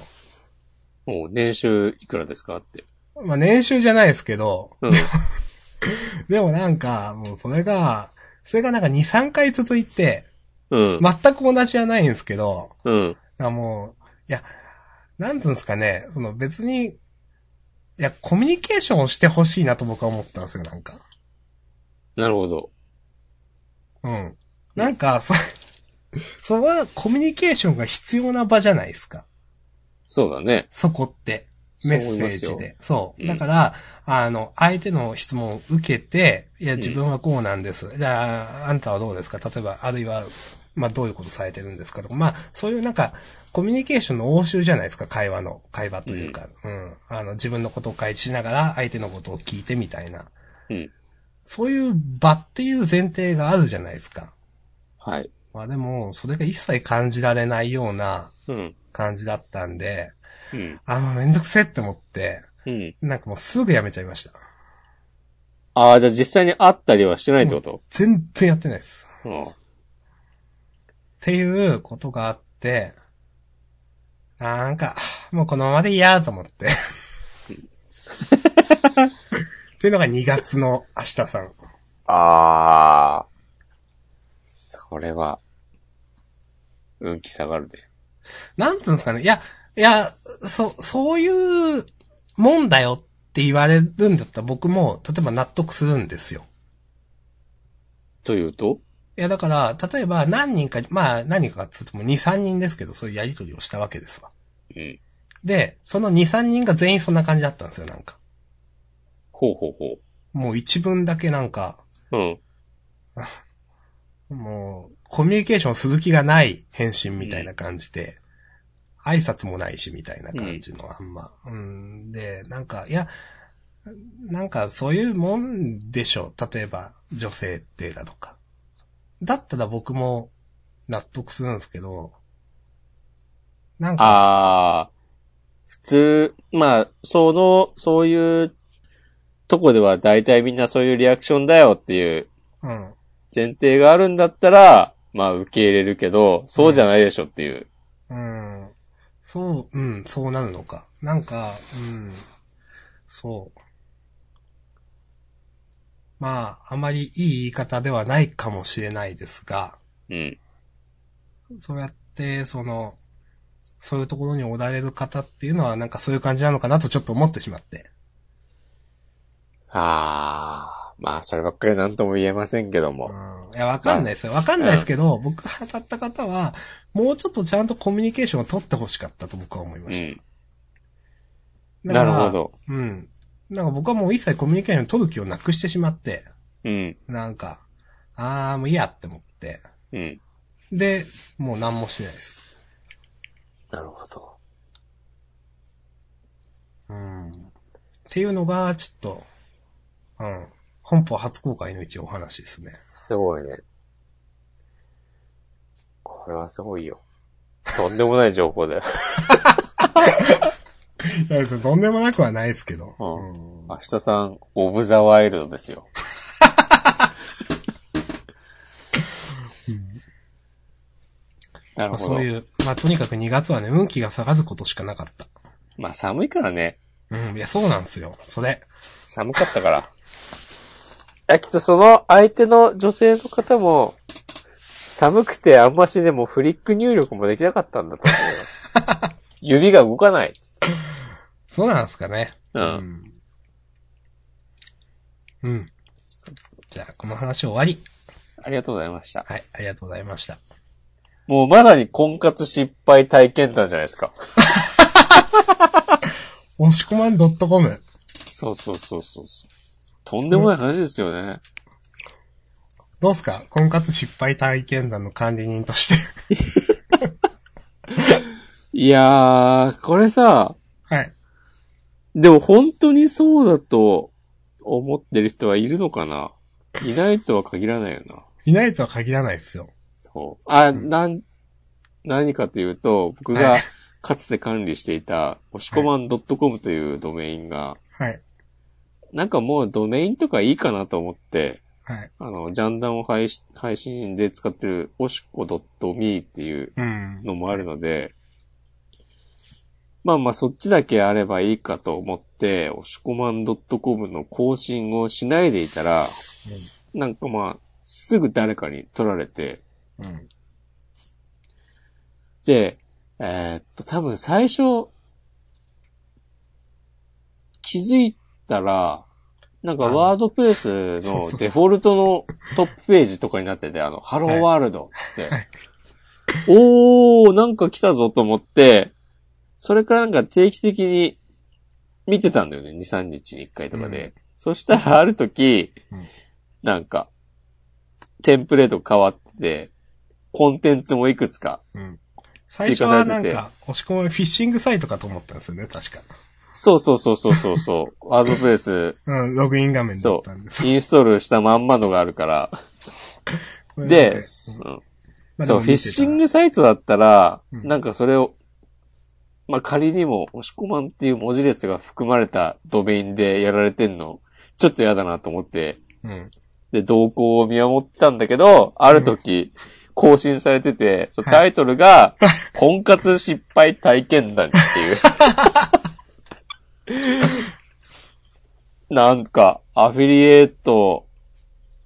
Speaker 2: よ。
Speaker 1: もう、年収いくらですかって。
Speaker 2: まあ、年収じゃないですけど、
Speaker 1: うん。
Speaker 2: [LAUGHS] でもなんか、もうそれが、それがなんか2、3回続いて、
Speaker 1: うん。
Speaker 2: 全く同じじゃないんですけど、
Speaker 1: うん。
Speaker 2: なんかもう、いや、なんつうんですかね、その別に、いや、コミュニケーションをしてほしいなと僕は思ったんですよ、なんか。
Speaker 1: なるほど。
Speaker 2: うん。なんか、そ、それはコミュニケーションが必要な場じゃないですか。
Speaker 1: そうだね。
Speaker 2: そこって。メッセー
Speaker 1: そう
Speaker 2: ジ
Speaker 1: 思い
Speaker 2: で。そうう。
Speaker 1: ん
Speaker 2: だから、あの、相手の質問を受けて、いや、
Speaker 1: ん
Speaker 2: 自分はこうなんです。じゃあ、あんたはどうですか例えば、あるいは、まあ、どういうことされてるんですかとか、まあ、そういうなんか、コミュニケーションの応酬じゃないですか、会話の、会話というか、うん、あの、自分のことを開示しながら、相手のことを聞いてみたいな。
Speaker 1: うん
Speaker 2: そういう場っていう前提があるじゃないですか。
Speaker 1: はい。
Speaker 2: まあでも、それが一切感じられないような
Speaker 1: うん。
Speaker 2: 感じだったんで、
Speaker 1: うん。
Speaker 2: あ、もうめんどくせえって思って、
Speaker 1: うん。
Speaker 2: なんかもうすぐやめちゃいました。
Speaker 1: ああ、じゃあ実際に会ったりはしてないってこと
Speaker 2: 全然やってないです。っ
Speaker 1: うん。
Speaker 2: ていうことがあって、なんか、もうこのままでいいやと思って。っていうのが2月の明日さん。
Speaker 1: ああ。それは、運気下がるで。
Speaker 2: なんていうんですかね。いや、いや、そ、そういうもんだよって言われるんだったら僕も、例えば納得するんですよ。
Speaker 1: というと
Speaker 2: いや、だから、例えば何人か、まあ何人かっつっても2、3人ですけど、そういうやりとりをしたわけですわ。
Speaker 1: うん。
Speaker 2: で、その2、3人が全員そんな感じだったんですよ、なんか。
Speaker 1: ほうほうほ
Speaker 2: もう一文だけなんか、
Speaker 1: う。うん。
Speaker 2: もう、コミュニケーションする気がない返信みたいな感じで、挨拶もないしみたいな感じの、あんま。うん、で、なんか、いや、なんかそういうもんでしょ。例えば、女性ってだとか。だったら僕も納得するんですけど、なんか、
Speaker 1: ああ。普通、まあ、その、そういうとこでは大体みんなそういうリアクションだよっていう
Speaker 2: うん。
Speaker 1: 前提があるんだったら、まあ受け入れるけど、そうじゃないでしょっていう。
Speaker 2: うん。そう、うん、そうなるのか。なんか、うん、そう。まあ、あまりいい言い方ではないかもしれないですが、
Speaker 1: うん。
Speaker 2: そうやって、その、そういうところにおられる方っていうのは、なんかそういう感じなのかなとちょっと思ってしまって。
Speaker 1: ああ。まあ、そればっかりなんとも言えませんけども。
Speaker 2: うん。いや、わかんないですよ。わかんないですけど、僕が当たった方は、もうちょっとちゃんとコミュニケーションを取ってほしかったと僕は思いま
Speaker 1: う
Speaker 2: した。
Speaker 1: ん。
Speaker 2: だか
Speaker 1: な
Speaker 2: ら
Speaker 1: るほど。
Speaker 2: うん。なんか僕はもう一切コミュニケーション取る気をなくしてしまって、
Speaker 1: うん。
Speaker 2: なんか、あーもういいやって思って。
Speaker 1: うん。
Speaker 2: で、もう何もしてないです。
Speaker 1: なるほど。
Speaker 2: うん。っていうのが、ちょっと、うん。本邦初公開の一応お話ですね。
Speaker 1: すごいね。これはすごいよ。とんでもない情報だよ。
Speaker 2: いや、 [LAUGHS] とんでもなくはないですけど。
Speaker 1: うん。明日さん、オブザワイルドですよ。なる
Speaker 2: まあ
Speaker 1: ほ
Speaker 2: そ
Speaker 1: ど
Speaker 2: う。いう、まあとにかく2月はね、運気が下がることしかなかった。
Speaker 1: まあ寒いからね。
Speaker 2: うん、いや、そうなんですよ。それ。
Speaker 1: 寒かったから。あ、きっとその相手の女性の方も、寒くてあんましでも
Speaker 2: [LAUGHS]
Speaker 1: フリック入力もできなかったんだと思うよ。指が動かないっつって。
Speaker 2: そうなんですかね。
Speaker 1: う。。
Speaker 2: うんうん。
Speaker 1: そうそう
Speaker 2: じゃあ、この話終わり。
Speaker 1: ありがとうございました。
Speaker 2: はい、ありがとうございました。
Speaker 1: もうまさに婚活失敗体験談じゃないですか。
Speaker 2: 押し込まん .com。
Speaker 1: そうそうそうそうそう。とんでもない話ですよね。
Speaker 2: どうっすか婚活失敗体験談の管理人として。 [LAUGHS]
Speaker 1: いやー、これさ、
Speaker 2: はい。
Speaker 1: でも本当にそうだと思ってる人はいるのかないないとは限らないよな。
Speaker 2: いないとは限らないですよ。
Speaker 1: そう。あ、
Speaker 2: ん
Speaker 1: なん、何かというと、僕
Speaker 2: は
Speaker 1: が
Speaker 2: い
Speaker 1: かつて管理していた、押し込まん .com というドメインが、
Speaker 2: はい。
Speaker 1: なんかもうドメインとかいいかなと思って、
Speaker 2: はい。
Speaker 1: あの、ジャンダンを配信、配信で使ってる、おしこ .me っていう
Speaker 2: うん。
Speaker 1: のもあるので、まあまあそっちだけあればいいかと思って、おしこまん .com の更新をしないでいたら、なんかまあ、すぐ誰かに取られて、
Speaker 2: うん。
Speaker 1: で、えーっと、多分最初、気づいたら、なんか
Speaker 2: あの
Speaker 1: ワードプレス
Speaker 2: そうそう
Speaker 1: の
Speaker 2: そう
Speaker 1: デフォルトのトップページとかになってて、あの、ハローワールドっつって、
Speaker 2: はい
Speaker 1: おー、なんか来たぞと思って、それからなんか定期的に見てたんだよね、2、3日に1回とかで。
Speaker 2: うん
Speaker 1: そしたらある時、
Speaker 2: うん
Speaker 1: なんか、テンプレート変わってて、コンテンツもいくつか
Speaker 2: うん。最初はなんか、押し込まんフィッシングサイトかと思ったんですよね、確か。
Speaker 1: そうそうそうそうそうそう。ワードプレス、
Speaker 2: うん、ログイン画面だっ
Speaker 1: そ
Speaker 2: たん
Speaker 1: う。
Speaker 2: で
Speaker 1: インストールしたまんまのがあるから。
Speaker 2: これなん
Speaker 1: で、
Speaker 2: か
Speaker 1: そう、
Speaker 2: まあで
Speaker 1: そう
Speaker 2: も
Speaker 1: フィッ
Speaker 2: 見てた
Speaker 1: シングサイトだったら、
Speaker 2: うん
Speaker 1: なんかそれを、まあ、仮にも、押し込まんっていう文字列が含まれたドメインでやられてんの、ちょっとやだなと思って、
Speaker 2: うん。
Speaker 1: で、動向を見守ってたんだけど、ある時、更新されてて、そう
Speaker 2: はい
Speaker 1: タイトルが、婚活失敗体験談っていう。 [LAUGHS] なんか、アフィリエイト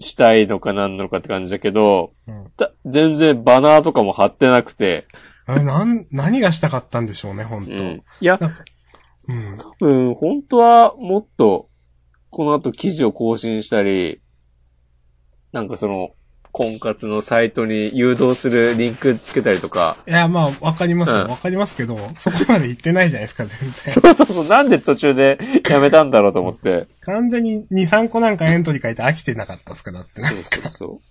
Speaker 1: したいのかなんのかって感じだけど、
Speaker 2: うん。
Speaker 1: た全然バナーとかも貼ってなくて、
Speaker 2: あれ、なん、何がしたかったんでしょうね、本
Speaker 1: う
Speaker 2: 当
Speaker 1: ん。いや、
Speaker 2: うん。
Speaker 1: 多分、本当はもっと、この後記事を更新したり、なんかその、婚活のサイトに誘導するリンクつけたりとか。
Speaker 2: いや、まあ、わかりますよ。
Speaker 1: うん
Speaker 2: わかりますけど、そこまで行ってないじゃないですか、全然。
Speaker 1: そうそうそう、なんで途中でやめたんだろうと思って。
Speaker 2: 完全に2、3個なんかエントリー書いて飽きてなかったですからってね。
Speaker 1: そうそうそ
Speaker 2: そ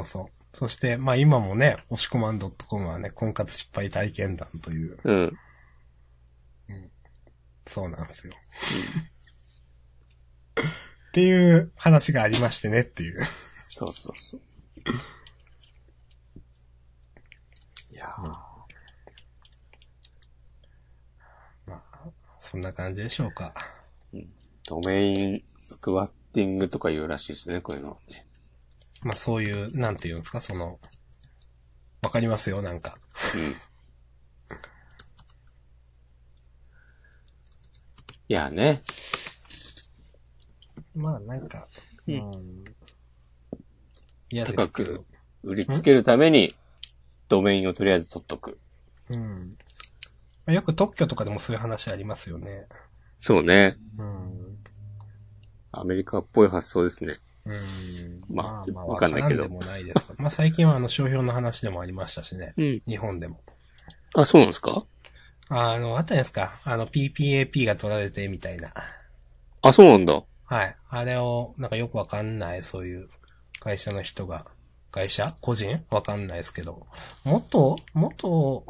Speaker 2: うそう。そして、まあ今もね、押し込まん .com はね、婚活失敗体験談という、
Speaker 1: う。うん。
Speaker 2: そうなんですよ。っていう話がありましてねっていう。
Speaker 1: そうそうそう。いやー
Speaker 2: まあ、そんな感じでしょうか。
Speaker 1: ドメインスクワッティングとか言うらしいですね、こういうのはね。
Speaker 2: まあそういう、なんていうんですか、その、わかりますよ、なんか。
Speaker 1: うん。いやね。
Speaker 2: まあなんか、。
Speaker 1: うん
Speaker 2: 嫌で
Speaker 1: 高
Speaker 2: すけど
Speaker 1: く。売りつけるために、ドメインをとりあえず取っとく。
Speaker 2: うん。まあよく特許とかでもそういう話ありますよね。
Speaker 1: そうね。
Speaker 2: うん。
Speaker 1: アメリカっぽい発想ですね。
Speaker 2: うん。
Speaker 1: まあわかんないけど
Speaker 2: わからんでもないですがまあ最近はあの、商標の話でもありましたしね。
Speaker 1: うん。
Speaker 2: 日本でも。
Speaker 1: あ、そうなんですか
Speaker 2: あの、あったじゃないですか。あの、PPAP が取られてみたいな。
Speaker 1: あ、そうなんだ。
Speaker 2: はい。あれを、なんかよくわかんない、そういう会社の人が、会社個人わかんないですけど。元元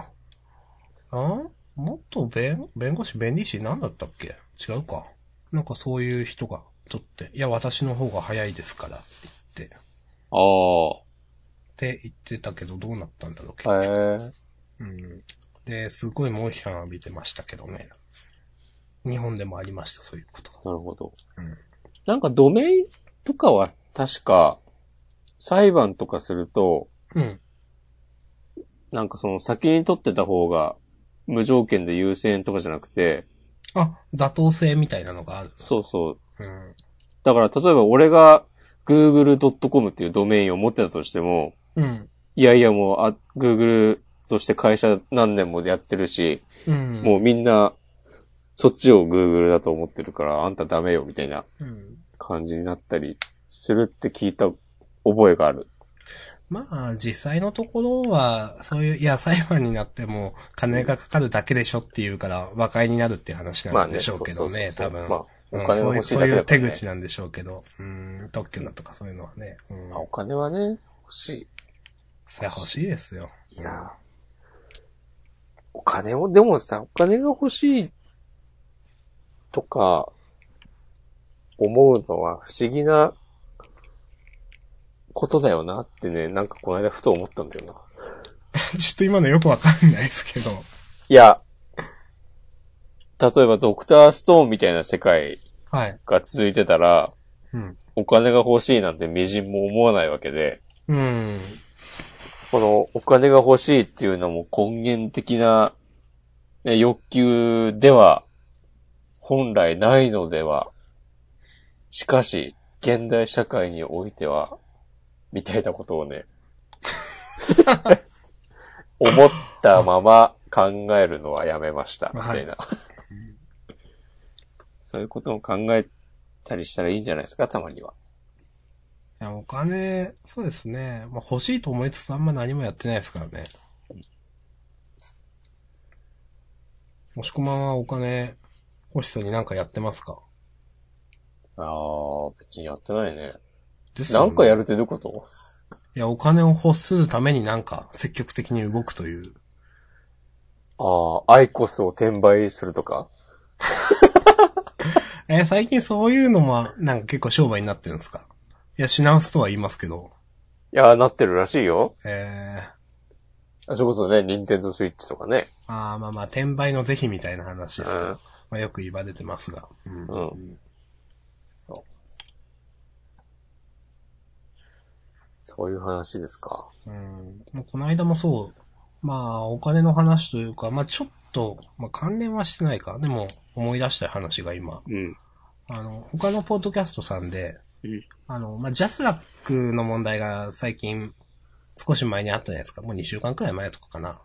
Speaker 2: ん元弁、弁護士、弁理士なんだったっけ違うか。なんかそういう人が取って、いや、私の方が早いですから、って言って、っ
Speaker 1: ああ。
Speaker 2: て言ってたけど、どうなったんだろうけ、
Speaker 1: へえ。
Speaker 2: うん。で、すごい猛批判を浴びてましたけどね。日本でもありました、そういうこと。
Speaker 1: なるほど。
Speaker 2: うん
Speaker 1: なんかドメインとかは確か、裁判とかすると、
Speaker 2: うん。
Speaker 1: なんかその先に取ってた方が、無条件で優先とかじゃなくて、
Speaker 2: あ、妥当性みたいなのがある。
Speaker 1: そうそう。
Speaker 2: うん。
Speaker 1: だから例えば俺が google.com っていうドメインを持ってたとしても、
Speaker 2: うん。
Speaker 1: いやいやもう、あ、Google として会社何年もやってるし、
Speaker 2: うん。
Speaker 1: もうみんなそっちを Google だと思ってるから、あんたダメよ、みたいな
Speaker 2: うん。
Speaker 1: 感じになったりするって聞いた覚えがある。
Speaker 2: まあ、実際のところは、そういう、いや、裁判になっても、金がかかるだけでしょっていうから、和解になるっていう話なんでしょうけどね、
Speaker 1: そう
Speaker 2: 多
Speaker 1: そうそう
Speaker 2: 分。
Speaker 1: まあ、お
Speaker 2: うん
Speaker 1: 金が欲しいだけだか
Speaker 2: そう
Speaker 1: ら、
Speaker 2: いう
Speaker 1: ね
Speaker 2: 手口なんでしょうけど、うん、特許だとかそういうのはね、うん、
Speaker 1: まあお金はね、欲しい。
Speaker 2: そりゃ欲しいですよ。
Speaker 1: いやーお金を、でもさ、お金が欲しいとか、思うのは不思議なことだよなってね、なんかこの間ふと思ったんだよな。
Speaker 2: ちょっと今のよくわかんないですけど、
Speaker 1: いや、例えばドクターストーンみたいな世界
Speaker 2: はい。
Speaker 1: が続いてたら、
Speaker 2: うん。
Speaker 1: お金が欲しいなんて微塵も思わないわけで、
Speaker 2: うん。
Speaker 1: このお金が欲しいっていうのも根源的な、ね、欲求では本来ないのでは。しかし、現代社会においては、みたいなことを [LAUGHS] ね、思ったまま考えるのはやめました、みたいな。 [LAUGHS] そういうことも考えたりしたらいいんじゃないですか、たまには。
Speaker 2: いや、お金、そうですね。まあ、欲しいと思いつつあんま何もやってないですからね。もしこまんはお金欲しさになんかやってますか
Speaker 1: ああ、別にやってないね。
Speaker 2: ですよ
Speaker 1: な
Speaker 2: ね
Speaker 1: んかやるってどういうこと
Speaker 2: いや、お金を欲するためになんか積極的に動くという。
Speaker 1: ああ、アイコスを転売するとか
Speaker 2: えー最近そういうのもなんか結構商売になってるんですかいや、品薄とは言いますけど。
Speaker 1: いやー、なってるらしいよ。
Speaker 2: えー、
Speaker 1: あそれこそね、ニンテンドースイッチとかね。
Speaker 2: あーまあまあ、転売の是非みたいな話ですか。
Speaker 1: うん
Speaker 2: まあ、よく言われてますが。うん
Speaker 1: うん。そう。そういう話ですか。
Speaker 2: うん。もうこの間もそう、まあ、お金の話というか、まあちょっと、まあ関連はしてないか。でも、思い出したい話が今。
Speaker 1: うん。
Speaker 2: あの、他のポッドキャストさんで、
Speaker 1: うん
Speaker 2: あの、まあジャスラックの問題が最近、少し前にあったじゃないですか。もう2週間くらい前とかかな。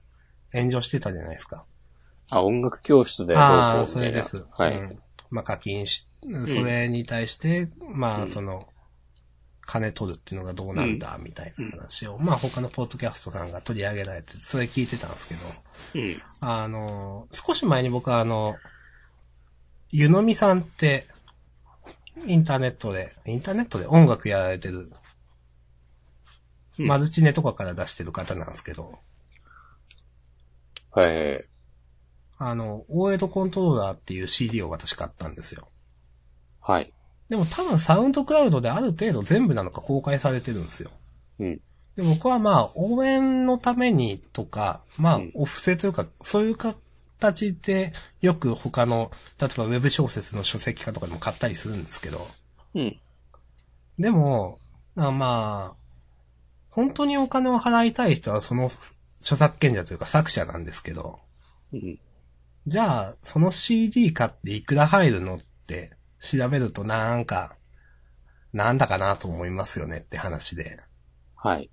Speaker 2: 炎上してたじゃないですか。
Speaker 1: あ、音楽教室でどう
Speaker 2: ああ、
Speaker 1: こう
Speaker 2: そ
Speaker 1: みた
Speaker 2: れ
Speaker 1: いな。
Speaker 2: です。
Speaker 1: はい、
Speaker 2: うんまあ課金し、それに対して、ま
Speaker 1: う
Speaker 2: あ
Speaker 1: ん
Speaker 2: その、金取るっていうのがどうなんだ、みたいな話を、まあ他のポッドキャストさんが取り上げられて、それ聞いてたんですけど、
Speaker 1: うん。
Speaker 2: あの、少し前に僕はあの、ゆのみさんって、インターネットで、インターネットで音楽やられてる、
Speaker 1: うん
Speaker 2: マルチネとかから出してる方なんですけど、
Speaker 1: はい。
Speaker 2: あの、大江戸コントローラーっていう CD を私買ったんですよ。
Speaker 1: はい。
Speaker 2: でも多分サウンドクラウドである程度全部なのか公開されてるんですよ。
Speaker 1: うん。
Speaker 2: で、僕はまあ、応援のためにとか、まあ
Speaker 1: うん、
Speaker 2: お布施というか、そういう形で、よく他の、例えばウェブ小説の書籍化とかでも買ったりするんですけど、
Speaker 1: うん。
Speaker 2: でも、あまあ、本当にお金を払いたい人はその著作権者というか作者なんですけど、
Speaker 1: うん。
Speaker 2: じゃあ、その CD 買っていくら入るのって調べるとなんか、なんだかなと思いますよねって話で。
Speaker 1: はい。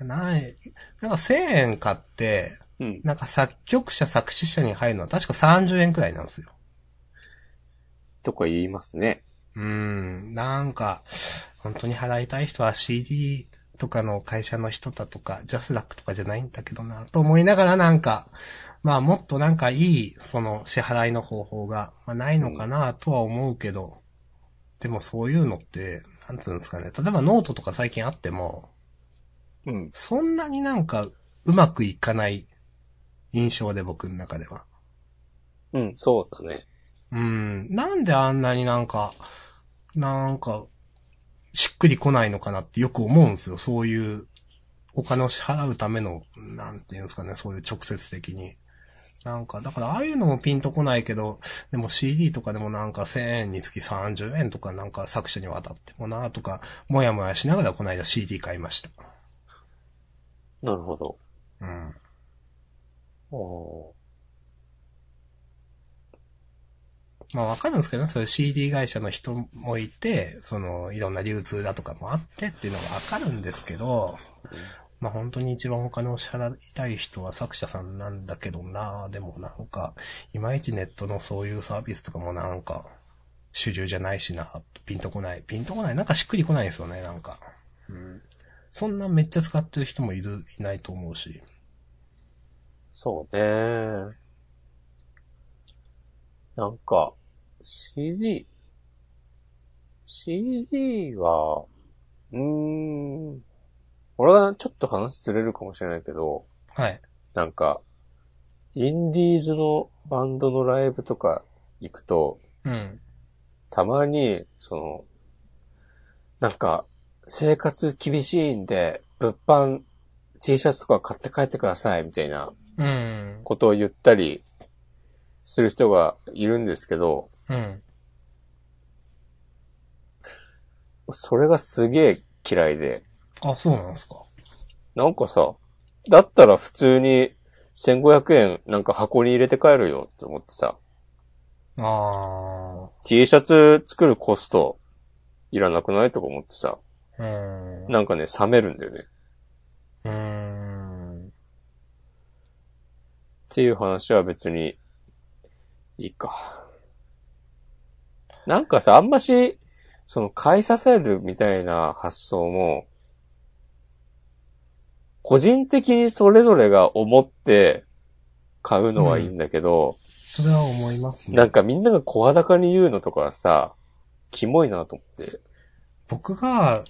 Speaker 2: ない、なんか1000円買って、
Speaker 1: うん。
Speaker 2: なんか作曲者作詞者に入るのは確か30円くらいなんですよ。
Speaker 1: とか言いますね。
Speaker 2: うーん、なんか、本当に払いたい人は CD とかの会社の人だとか、ジャスラックとかじゃないんだけどな、と思いながらなんか、まあもっとなんかいい、その支払いの方法が、まあ、ないのかな、とは思うけど、でもそういうのって、なんつうんですかね、例えばノートとか最近あっても、
Speaker 1: うん。
Speaker 2: そんなになんかうまくいかない印象で僕の中では。
Speaker 1: うん、そうだね。
Speaker 2: うん。なんであんなになんか、なんか、しっくりこないのかなってよく思うんですよ。そういう、お金を支払うための、なんていうんですかね、そういう直接的に。なんか、だからああいうのもピンとこないけど、でも CD とかでもなんか1000円につき30円とかなんか作者に渡ってもなとか、もやもやしながらこの間 CD 買いました。
Speaker 1: なるほど。
Speaker 2: うん。
Speaker 1: お
Speaker 2: まあわかるんですけどね、そういう CD 会社の人もいて、その、いろんな流通だとかもあってっていうのはわかるんですけど、まあ本当に一番お金を支払いたい人は作者さんなんだけどな、でもなんか、いまいちネットのそういうサービスとかもなんか、主流じゃないしな、ピンとこない。ピンとこない。なんかしっくりこないですよね、なんか。うん。そんなめっちゃ使ってる人もいる、いないと思うし。
Speaker 1: そうね。なんか、CD、CD は、うーん、俺はちょっと話ずれるかもしれないけど、
Speaker 2: はい。
Speaker 1: なんか、インディーズのバンドのライブとか行くと、
Speaker 2: うん。
Speaker 1: たまに、その、なんか、生活厳しいんで、物販、T シャツとか買って帰ってください、みたいな
Speaker 2: うん。
Speaker 1: ことを言ったりする人がいるんですけど、
Speaker 2: うん。
Speaker 1: それがすげえ嫌いで、
Speaker 2: あ、そうなんですか。
Speaker 1: なんかさ、だったら普通に1500円なんか箱に入れて帰るよって思ってさ、
Speaker 2: あ
Speaker 1: T シャツ作るコストいらなくないとか思ってさ、
Speaker 2: ー。うん。
Speaker 1: なんかね、冷めるんだよね。
Speaker 2: うーん。
Speaker 1: っていう話は別に、いいか。なんかさ、あんまし、その、買いさせるみたいな発想も、個人的にそれぞれが思って買うのはいいんだけど、
Speaker 2: それは思いますね。
Speaker 1: なんかみんなが声高に言うのとかさ、キモいなと思って。
Speaker 2: 僕が、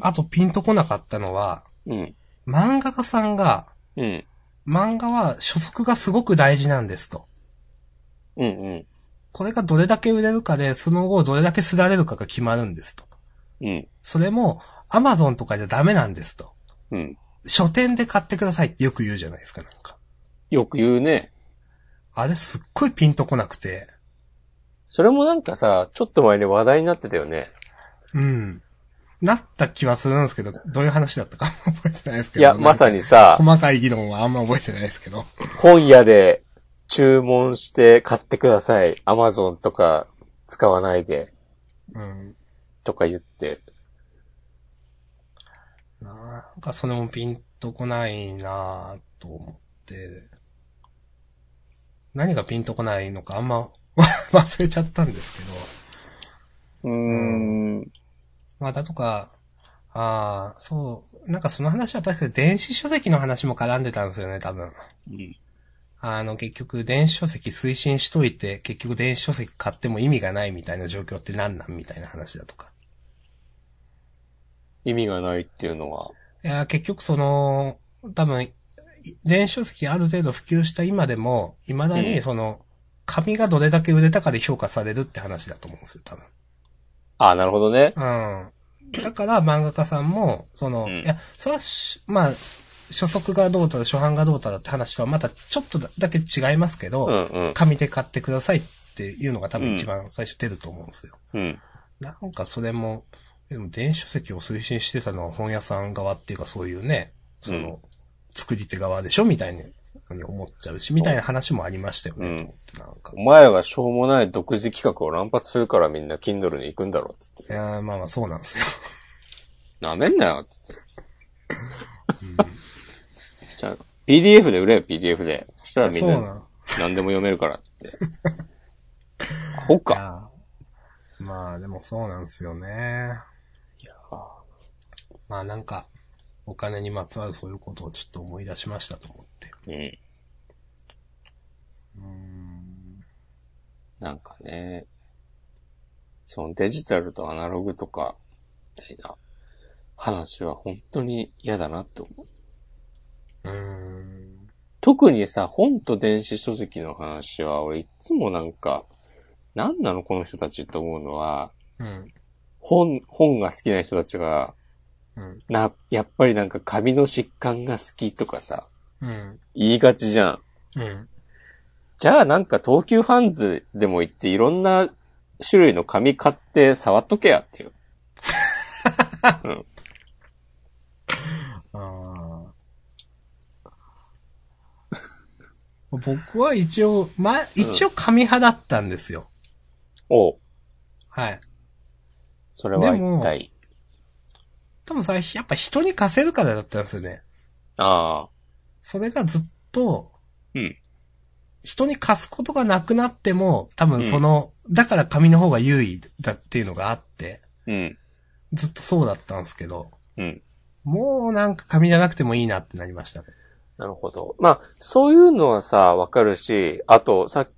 Speaker 2: あとピンとこなかったのは、
Speaker 1: うん。
Speaker 2: 漫画家さんが、
Speaker 1: うん。
Speaker 2: 漫画は所属がすごく大事なんですと。
Speaker 1: うんうん。
Speaker 2: これがどれだけ売れるかで、その後どれだけすられるかが決まるんですと。
Speaker 1: うん。
Speaker 2: それも、アマゾンとかじゃダメなんですと。
Speaker 1: うん。
Speaker 2: 書店で買ってくださいってよく言うじゃないですか、なんか。
Speaker 1: よく言うね。
Speaker 2: あれすっごいピンとこなくて。
Speaker 1: それもなんかさ、ちょっと前に話題になってたよね。
Speaker 2: うん。なった気はするんですけど、どういう話だったか覚えてないですけ
Speaker 1: い
Speaker 2: ど。
Speaker 1: や、まさにさ、
Speaker 2: さ。細かい議論はあんま覚えてないですけど。
Speaker 1: 本屋で注文して買ってください。アマゾンとか使わないで
Speaker 2: うん。
Speaker 1: とか言って。
Speaker 2: なんかそれもピンとこないなぁと思って、何がピンとこないのかあんま [LAUGHS] 忘れちゃったんですけ
Speaker 1: うー
Speaker 2: ど、
Speaker 1: ん。
Speaker 2: まあだとか、ああ、そう、なんかその話は確か電子書籍の話も絡んでたんですよね、多分。あの、結局、電子書籍推進しといて、結局電子書籍買っても意味がないみたいな状況って何なんみたいな話だとか。
Speaker 1: 意味がないっていうのは。
Speaker 2: いや、結局その、多分、い電子書籍ある程度普及した今でも、未だ
Speaker 1: うん
Speaker 2: にその、紙がどれだけ売れたかで評価されるって話だと思うんですよ、多分。
Speaker 1: あ、なるほどね。
Speaker 2: うん。だから漫画家さんも、その、
Speaker 1: うん
Speaker 2: いや、それはし、まあ、初速がどうたら初版がどうたらって話とはまたちょっとだだけ違いますけど、
Speaker 1: うんうん。
Speaker 2: 紙で買ってくださいっていうのが多分一番最初出ると思うんですよ。
Speaker 1: うん。
Speaker 2: なんかそれも、でも電子書籍を推進してたのは本屋さん側っていうかそういうね、その、
Speaker 1: うん
Speaker 2: 作り手側でしょみたいに思っちゃうし、みたいな話もありましたよね、
Speaker 1: うん
Speaker 2: と思ってなんか。
Speaker 1: お前らがしょうもない独自企画を乱発するからみんな Kindle に行くんだろうっつっ
Speaker 2: い
Speaker 1: て。
Speaker 2: やーまあまあそうなんですよ。
Speaker 1: なめんなよっつって。じゃあ、PDF で売れよ、PDF で。そしたらみん
Speaker 2: そうな。
Speaker 1: なん何でも読めるからっつって。アホ
Speaker 2: い
Speaker 1: か。
Speaker 2: やーまあでもそうなんですよね。まあなんか、お金にまつわるそういうことをちょっと思い出しましたと思って。
Speaker 1: うん。
Speaker 2: うーん。
Speaker 1: なんかね、そのデジタルとアナログとか、みたいな話は本当に嫌だなって思う。
Speaker 2: うーん。
Speaker 1: 特にさ、本と電子書籍の話は、俺いつもなんか、なんなのこの人たちって思うのは、
Speaker 2: うん。
Speaker 1: 本、本が好きな人たちが、
Speaker 2: うん。
Speaker 1: な、やっぱりなんか紙の疾患が好きとかさ、
Speaker 2: うん。
Speaker 1: 言いがちじゃん。
Speaker 2: うん。
Speaker 1: じゃあなんか東急ハンズでも行っていろんな種類の紙買って触っとけやっていう。
Speaker 2: あー [LAUGHS] 僕は一応、ま、一応紙派だったんですよ。
Speaker 1: おう
Speaker 2: はい。
Speaker 1: それは
Speaker 2: でも
Speaker 1: 一体。
Speaker 2: 多分さ、やっぱ人に貸せるからだったんですよね。
Speaker 1: ああ。
Speaker 2: それがずっと、
Speaker 1: うん
Speaker 2: 人に貸すことがなくなっても、多分その、だから紙の方が優位だっていうのがあって、
Speaker 1: うん。
Speaker 2: ずっとそうだったんですけど、
Speaker 1: うん。
Speaker 2: もうなんか紙じゃなくてもいいなってなりましたね。
Speaker 1: なるほど。まあ、そういうのはさ、わかるし、あと、さっ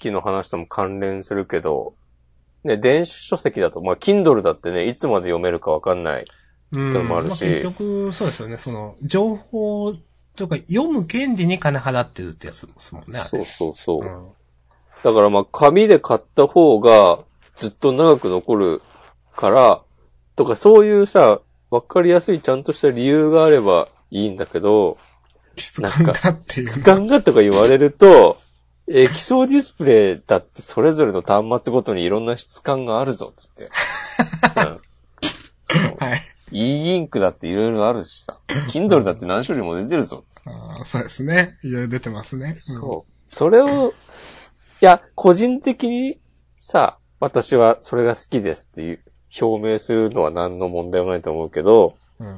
Speaker 1: きの話とも関連するけど、ね、電子書籍だと、まあ、Kindle だってね、いつまで読めるかわかんない。
Speaker 2: うん。
Speaker 1: でもあるし
Speaker 2: ま結局、そうですよね。その、情報とか、読む権利に金払ってるってやつですもんね。あれ
Speaker 1: そうそうそう。
Speaker 2: うん。
Speaker 1: だからまあ、紙で買った方が、ずっと長く残るから、とか、そういうさ、わかりやすいちゃんとした理由があればいいんだけど、
Speaker 2: 質感がっていう
Speaker 1: 質
Speaker 2: ね。
Speaker 1: 感がとか言われると、液晶ディスプレイだってそれぞれの端末ごとにいろんな質感があるぞ、つって。
Speaker 2: はい。
Speaker 1: うん、e インクだっていろいろあるしさ。Kindle だって何種類も出てるぞ、つって。
Speaker 2: あーそうですね。いろいろ出てますね。
Speaker 1: そう。それを、いや、個人的にさ、私はそれが好きですっていう、表明するのは何の問題もないと思うけど、
Speaker 2: うん。う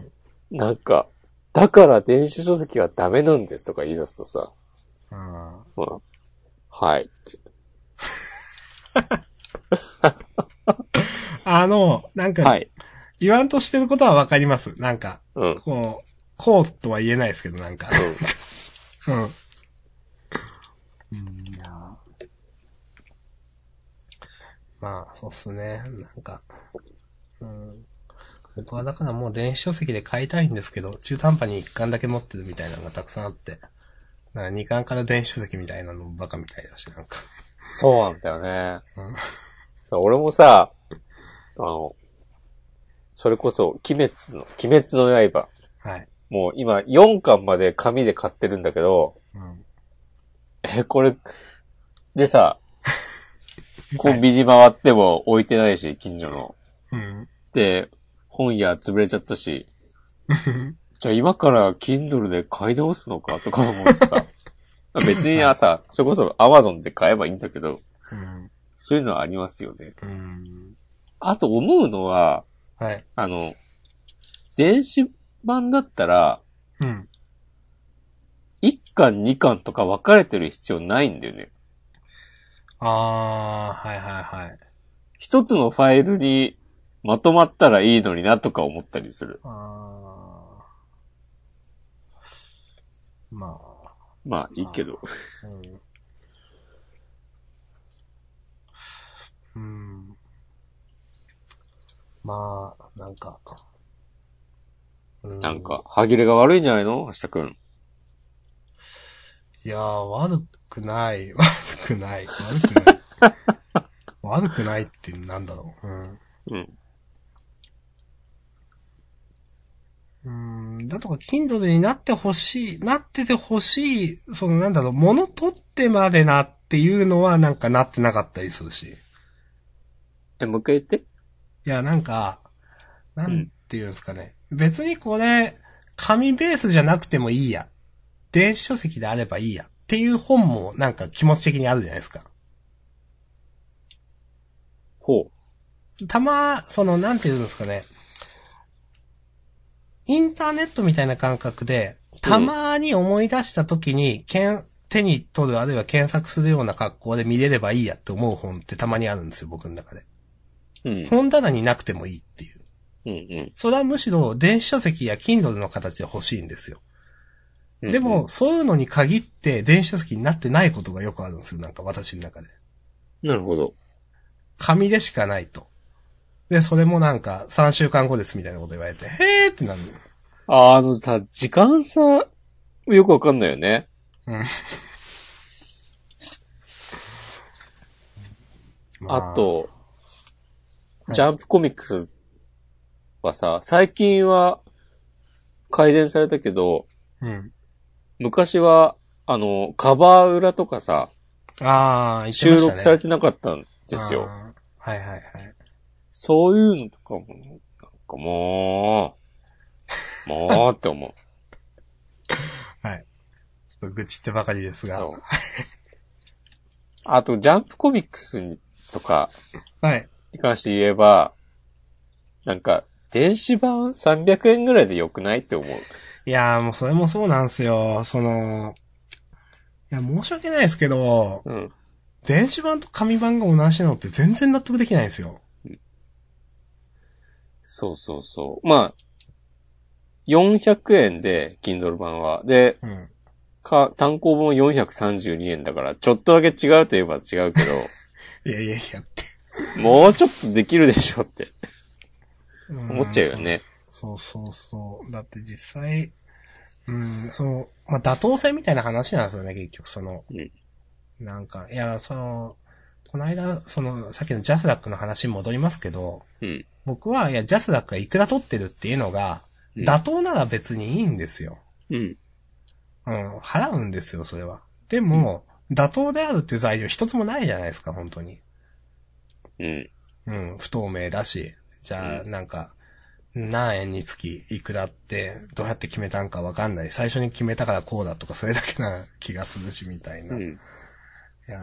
Speaker 2: ん。
Speaker 1: なんか、だから電子書籍はダメなんですとか言い出すとさ、
Speaker 2: あ
Speaker 1: まあ、はいって。
Speaker 2: ーあの、なん
Speaker 1: は
Speaker 2: か、
Speaker 1: い。
Speaker 2: 言わんとしてることはわかります。なんか、
Speaker 1: うん。
Speaker 2: こう、こうとは言えないですけど、なんか。うん。まあ、そうっすね。なんか。うん。僕はだからもう電子書籍で買いたいんですけど、中途半端に1巻だけ持ってるみたいなのがたくさんあって。なんか2巻から電子書籍みたいなのバカみたいだし、なんか。
Speaker 1: そうなんだよね
Speaker 2: うん。
Speaker 1: さ俺もさ、あの、それこそ、鬼滅の、鬼滅の刃。
Speaker 2: はい。
Speaker 1: もう今4巻まで紙で買ってるんだけど、
Speaker 2: うん。
Speaker 1: え、これ、で
Speaker 2: [LAUGHS]
Speaker 1: さ、コンビニ回っても置いてないし、近所の。
Speaker 2: うん。
Speaker 1: で、本屋潰れちゃったし、じゃあ今から Kindle で買い直すのかとか思ってさ、
Speaker 2: [LAUGHS]
Speaker 1: 別に朝、それこそ Amazon で買えばいいんだけど、
Speaker 2: うん。
Speaker 1: そういうのはありますよね。
Speaker 2: うん。
Speaker 1: あと思うのは、
Speaker 2: はい。
Speaker 1: あの、電子版だったら、
Speaker 2: うん。
Speaker 1: 1巻2巻とか分かれてる必要ないんだよね。
Speaker 2: あー、はいはいはい。
Speaker 1: 一つのファイルにまとまったらいいのになとか思ったりする。
Speaker 2: あー。まあ。
Speaker 1: まあ、いいけど。
Speaker 2: うん。うん。まあ、なんか。う
Speaker 1: なんか、。歯切れが悪いんじゃないの橋田くん。
Speaker 2: いやー、悪くない。 [LAUGHS] 悪くない。悪くない。悪くないってなんだろう。うん。
Speaker 1: うん。
Speaker 2: うんだとか、Kindle になってほしい、なっててほしい、そのなんだろう、物取ってまでなっていうのはなんかなってなかったりするし。
Speaker 1: え、もう一回言って。
Speaker 2: いや、なんか、な
Speaker 1: うん
Speaker 2: んていうんですかね。別にこれ、紙ベースじゃなくてもいいや。電子書籍であればいいや。っていう本もなんか気持ち的にあるじゃないですか。
Speaker 1: ほ
Speaker 2: たま、その、なんていうんですかね。インターネットみたいな感覚で、たまに思い出した時に、けん、手に取るあるいは検索するような格好で見れればいいやって思う本ってたまにあるんですよ、僕の中で。
Speaker 1: う。うん。
Speaker 2: 本棚になくてもいいっていう。
Speaker 1: うんうん。
Speaker 2: それはむしろ電子書籍や Kindle の形で欲しいんですよ。
Speaker 1: うん
Speaker 2: でも、、そういうのに限って電子書籍になってないことがよくあるんですよ。なんか私の中で。
Speaker 1: なるほど。
Speaker 2: 紙でしかないと。で、それもなんか3週間後ですみたいなこと言われて、へーってなる。
Speaker 1: あーあのさ、時間差、よくわかんないよね。あ、と、
Speaker 2: はい
Speaker 1: ジャンプコミックスはさ、最近は改善されたけど、
Speaker 2: うん。
Speaker 1: 昔は、あの、カバー裏とかさ、
Speaker 2: あー、
Speaker 1: 収録され
Speaker 2: て
Speaker 1: てなかったんですよ。。
Speaker 2: あーはいはいはい。
Speaker 1: そういうのとかも、なんかもう、もうって
Speaker 2: [LAUGHS]
Speaker 1: 思う。
Speaker 2: ちょっと愚痴ってばかりですが。
Speaker 1: そう。あと、ジャンプコミックスにとか
Speaker 2: はい。
Speaker 1: に関して言えば、なんか、電子版300円ぐらいでよくないって思う。
Speaker 2: いやーもうそれもそうなんすよ。その、いや、申し訳ないですけど、
Speaker 1: うん。
Speaker 2: 電子版と紙版が同じなのって全然納得できないんですよ。
Speaker 1: そうそうそう。まあ、400円で、Kindle 版は。で、
Speaker 2: うん。
Speaker 1: か、単行本432円だから、ちょっとだけ違うといえば違うけ
Speaker 2: いやいやいやって。
Speaker 1: ど、 [LAUGHS] もうちょっとできるでしょって
Speaker 2: うん
Speaker 1: 思っちゃうよね。
Speaker 2: そうそうそう。だって実際、うん、その、まあ、妥当性みたいな話なんですよね、結局その。
Speaker 1: うん
Speaker 2: なんか、いや、その、この間、その、さっきのジャスダックの話に戻りますけど、
Speaker 1: うん
Speaker 2: 僕は、いや、ジャスダックがいくら取ってるっていうのが、
Speaker 1: うん
Speaker 2: 妥当なら別にいいんですよ。
Speaker 1: うん。
Speaker 2: うん、払うんですよ、それは。でも、妥当であるっていう材料一つもないじゃないですか、本当に。
Speaker 1: うん。
Speaker 2: うん、不透明だし、じゃあ、
Speaker 1: うん
Speaker 2: なんか、何円につきいくらって、どうやって決めたんかわかんない。最初に決めたからこうだとか、それだけな気がするし、みたいな。
Speaker 1: う
Speaker 2: い
Speaker 1: ん。
Speaker 2: や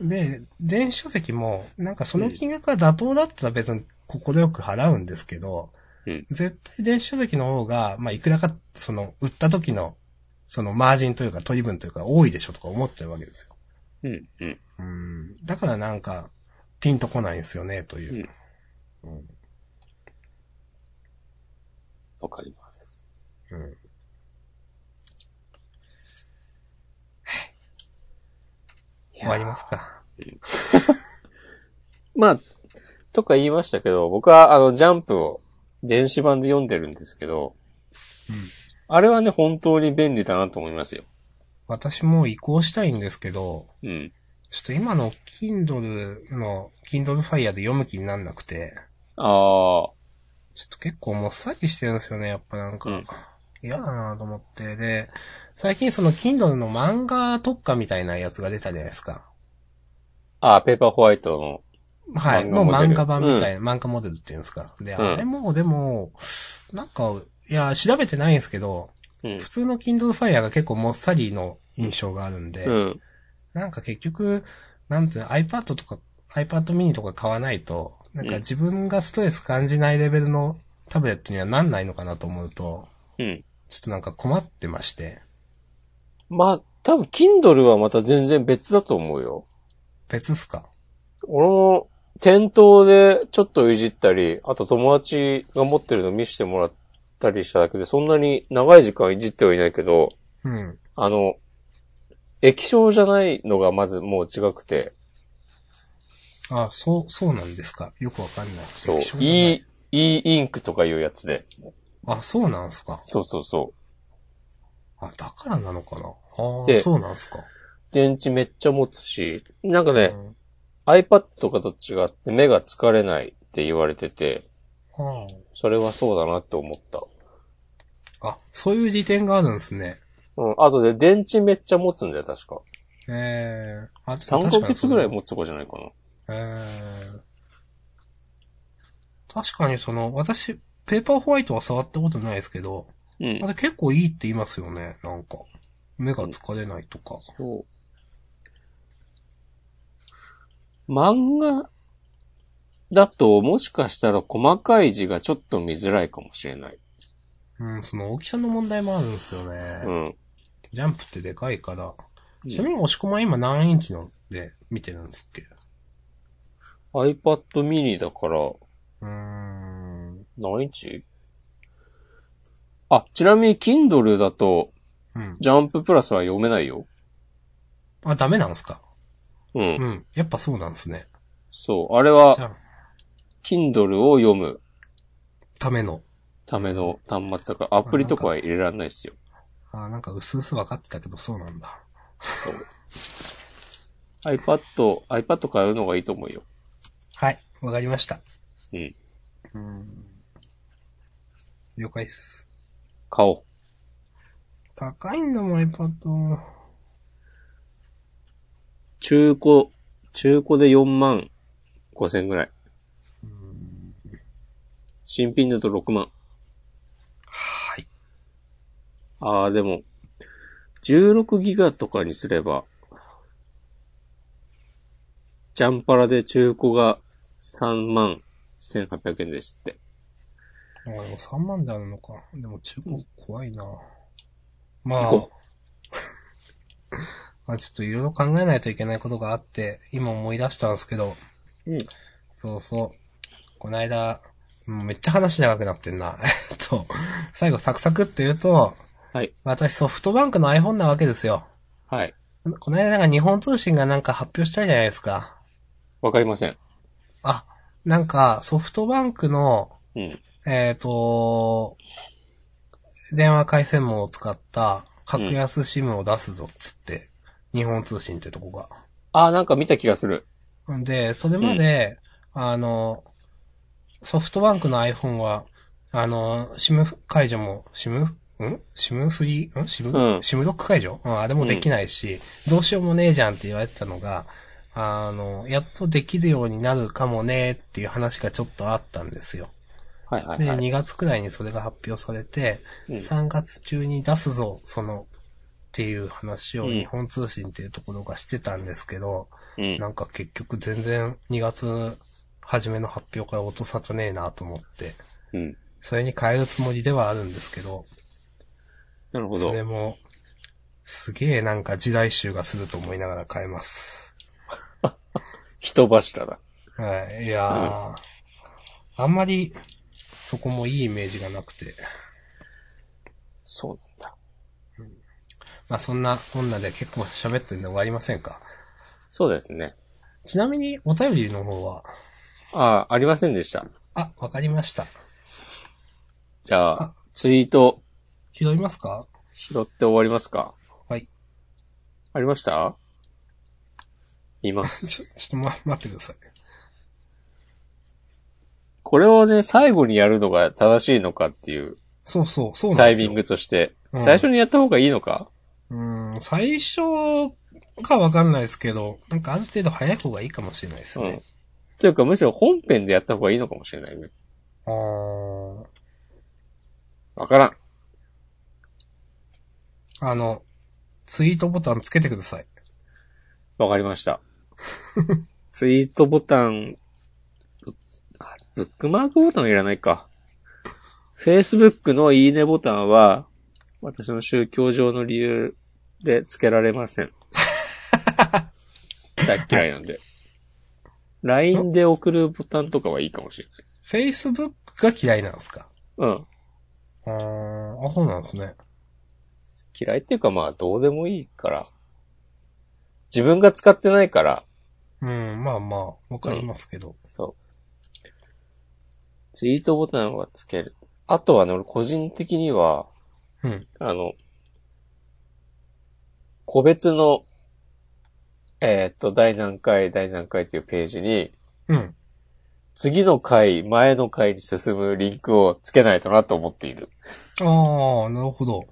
Speaker 2: ーで、電子書籍も、なんかその金額が妥当だったら別に心よく払うんですけど、
Speaker 1: うん
Speaker 2: 絶対電子書籍の方が、まあ、いくらか、その、売った時の、そのマージンというか取り分というか多いでしょとか思っちゃうわけですよ。
Speaker 1: うん。うん。
Speaker 2: うん。だからなんか、ピンとこないんですよね、という。うん
Speaker 1: わかります。
Speaker 2: うん終わりますか。
Speaker 1: まあ、とか言いましたけど、僕はあの、ジャンプを電子版で読んでるんですけど、
Speaker 2: うん
Speaker 1: あれはね、本当に便利だなと思いますよ。
Speaker 2: 私もう移行したいんですけど、
Speaker 1: うん。
Speaker 2: ちょっと今の Kindle の Kindle Fire で読む気になんなくて、
Speaker 1: ああ、
Speaker 2: ちょっと結構もっさりしてるんですよね、やっぱなんか
Speaker 1: うん。
Speaker 2: 嫌、だなと思って。で、最近その Kindle の漫画特化みたいなやつが出たじゃないですか。
Speaker 1: ああ、ペーパーホワイトの、
Speaker 2: はい。
Speaker 1: 漫画
Speaker 2: の
Speaker 1: モデル
Speaker 2: 漫画版みたいな、漫画モデルっていうんですか。で、
Speaker 1: うん
Speaker 2: あれも、でも、なんか、いや、調べてないんですけど、
Speaker 1: うん
Speaker 2: 普。通の Kindle Fire が結構もっさりの印象があるんで、
Speaker 1: うん。
Speaker 2: なんか結局、なんていうの iPad とか、iPad mini とか買わないと、なん
Speaker 1: う
Speaker 2: か
Speaker 1: ん
Speaker 2: 自分がストレス感じないレベルのタブレットにはなんないのかなと思うと、
Speaker 1: うん。
Speaker 2: ちょっとなんか困ってまして、
Speaker 1: まあ、多分、Kindle はまた全然別だと思うよ。
Speaker 2: 別っすか
Speaker 1: 俺も、店頭でちょっといじったり、あと友達が持ってるの見せてもらったりしただけで、そんなに長い時間いじってはいないけど、
Speaker 2: うん。
Speaker 1: あの、液晶じゃないのがまずもう違くて、
Speaker 2: あ、そう、そうなんですかよくわかんない。
Speaker 1: そう
Speaker 2: 液晶、じゃない
Speaker 1: E、E インクとかいうやつで。
Speaker 2: あ、そうなんすか
Speaker 1: そうそうそう。
Speaker 2: あ、だからなのかなああ、
Speaker 1: で
Speaker 2: そうなんすか
Speaker 1: 電池めっちゃ持つし、なんかね
Speaker 2: う、ん
Speaker 1: iPad とかと違って目が疲れないって言われてて、
Speaker 2: あ
Speaker 1: それはそうだなって思った。
Speaker 2: ああ、そういう利点があるんですね。
Speaker 1: うん、あとで電池めっちゃ持つんだよ、確か。
Speaker 2: ええあ、
Speaker 1: 3ヶ月ぐらい
Speaker 2: も
Speaker 1: 持つとかじゃないかな。
Speaker 2: えー確かにその、私、ペーパーホワイトは触ったことないですけど、
Speaker 1: うん
Speaker 2: あ。れ結構いいって言いますよね、なんか。目が疲れないとか。
Speaker 1: そう。漫画だと、もしかしたら細かい字がちょっと見づらいかもしれない。
Speaker 2: うん、その大きさの問題もあるんですよね。
Speaker 1: うん。
Speaker 2: ジャンプってでかいから。
Speaker 1: ん
Speaker 2: ちなみに押し込ま今何インチので見てるんですっけ
Speaker 1: iPad mini だから、
Speaker 2: うーん。
Speaker 1: 何インチあ、ちなみに Kindle だと、
Speaker 2: うん。
Speaker 1: ジャンププラスは読めないよ。
Speaker 2: あ、ダメなんすか
Speaker 1: うん。
Speaker 2: うん。やっぱそうなんですね。
Speaker 1: そう。あれ
Speaker 2: じゃ
Speaker 1: は、
Speaker 2: あ、
Speaker 1: Kindle を読む
Speaker 2: ための。
Speaker 1: ための端末だから、アプリとかは入れられないですよ。
Speaker 2: あ、なんか薄々分かってたけどそうなんだ。
Speaker 1: iPad、iPad 買うのがいいと思うよ。
Speaker 2: はい、わかりました。
Speaker 1: うん。
Speaker 2: うん。了解っす。
Speaker 1: 買おう。
Speaker 2: 高いんだもん、iPad。
Speaker 1: 中古、中古で4万5千ぐらい。新品だと6万。
Speaker 2: はい。
Speaker 1: ああ、でも、16ギガとかにすれば、ジャンパラで中古が3万1800円ですって。
Speaker 2: あ、でも3万であるのか。でも中古、怖いなまあ
Speaker 1: 行こ、
Speaker 2: [LAUGHS] まあちょっといろいろ考えないといけないことがあって、今思い出したんですけど、
Speaker 1: うん。
Speaker 2: そうそう。この間、もうめっちゃ話長くなってんな。 [LAUGHS] えっと、最後サクサクって言うと、
Speaker 1: はい。
Speaker 2: 私ソフトバンクの iPhone なわけですよ。
Speaker 1: はい。
Speaker 2: この間なんか日本通信がなんか発表したじゃないですか。
Speaker 1: わかりません。
Speaker 2: あ、なんかソフトバンクの、
Speaker 1: うん。
Speaker 2: えっ、と、電話回線網を使った格安 SIM を出すぞっつって、日本通信ってとこが。
Speaker 1: ああ、なんか見た気がする。
Speaker 2: んで、それまで、あの、ソフトバンクの iPhone は、あの、SIM 解除も、SIM? ん ?SIM フリーん ?SIM?、
Speaker 1: うん
Speaker 2: SIM ロック解除うん、あれもできないし、どうしようもねえじゃんって言われてたのが、あの、やっとできるようになるかもねっていう話がちょっとあったんですよ。
Speaker 1: はいはい
Speaker 2: で、
Speaker 1: はい。
Speaker 2: 2月くらいにそれが発表されて、
Speaker 1: うん
Speaker 2: 3月中に出すぞ、その、っていう話を
Speaker 1: うん
Speaker 2: 日本通信っていうところがしてたんですけど、
Speaker 1: うん
Speaker 2: な。んか結局全然2月初めの発表から音沙汰ねえなと思って、
Speaker 1: うん。
Speaker 2: それに変えるつもりではあるんですけど、
Speaker 1: なるほ
Speaker 2: そ
Speaker 1: ど。
Speaker 2: れも、すげえなんか時代集がすると思いながら変えます。
Speaker 1: 人柱だ。
Speaker 2: はい、いやー、あんまり、そこもいいイメージがなくて、
Speaker 1: そうなんだ。
Speaker 2: まあそんな女で結構喋ってるんで終わりませんか。
Speaker 1: そうですね。
Speaker 2: ちなみにお便りの方は、
Speaker 1: ああ、ありませんでした。
Speaker 2: あ、わかりました。
Speaker 1: じゃ
Speaker 2: あ
Speaker 1: あ、ツイート
Speaker 2: 拾いますか
Speaker 1: 拾って終わりますか
Speaker 2: はい。
Speaker 1: ありましたいま
Speaker 2: ちょ
Speaker 1: す。 [LAUGHS]
Speaker 2: ちょっと、ま、待ってください。
Speaker 1: これをね、最後にやるのが正しいのかっていう
Speaker 2: そうそう、そうなん
Speaker 1: タ
Speaker 2: で
Speaker 1: イ
Speaker 2: す
Speaker 1: ミ
Speaker 2: よ。
Speaker 1: ングとして、
Speaker 2: うん
Speaker 1: 最初にやった方がいいのか
Speaker 2: うーん、最初かわかんないですけど、なんかある程度早い方がいいかもしれないです
Speaker 1: うん
Speaker 2: ね。。
Speaker 1: というか、むしろ本編でやった方がいいのかもしれないね。
Speaker 2: あー
Speaker 1: わからん。
Speaker 2: あの、ツイートボタンつけてください。
Speaker 1: わかりました。 [LAUGHS] ツイートボタン、ブあブックマークボタンはいらないか。Facebook のいいねボタンは、私の宗教上の理由で付けられません。大っ嫌いなんで。LINE で送るボタンとかはいいかもしれ
Speaker 2: Facebook が嫌いなんですか
Speaker 1: ない。うん。
Speaker 2: うーん、あ、そうなんですね。
Speaker 1: 嫌いっていうかまあどうでもいいから。自分が使ってないから、
Speaker 2: うん、まあまあ、わかりますけど。
Speaker 1: そう。ツイートボタンはつける。あとはね、俺個人的には、
Speaker 2: うん。
Speaker 1: あの、個別の、えーっと、第何回、第何回というページに、
Speaker 2: うん。
Speaker 1: 次の回、前の回に進むリンクをつけないとなと思っている。
Speaker 2: ああ、なるほど。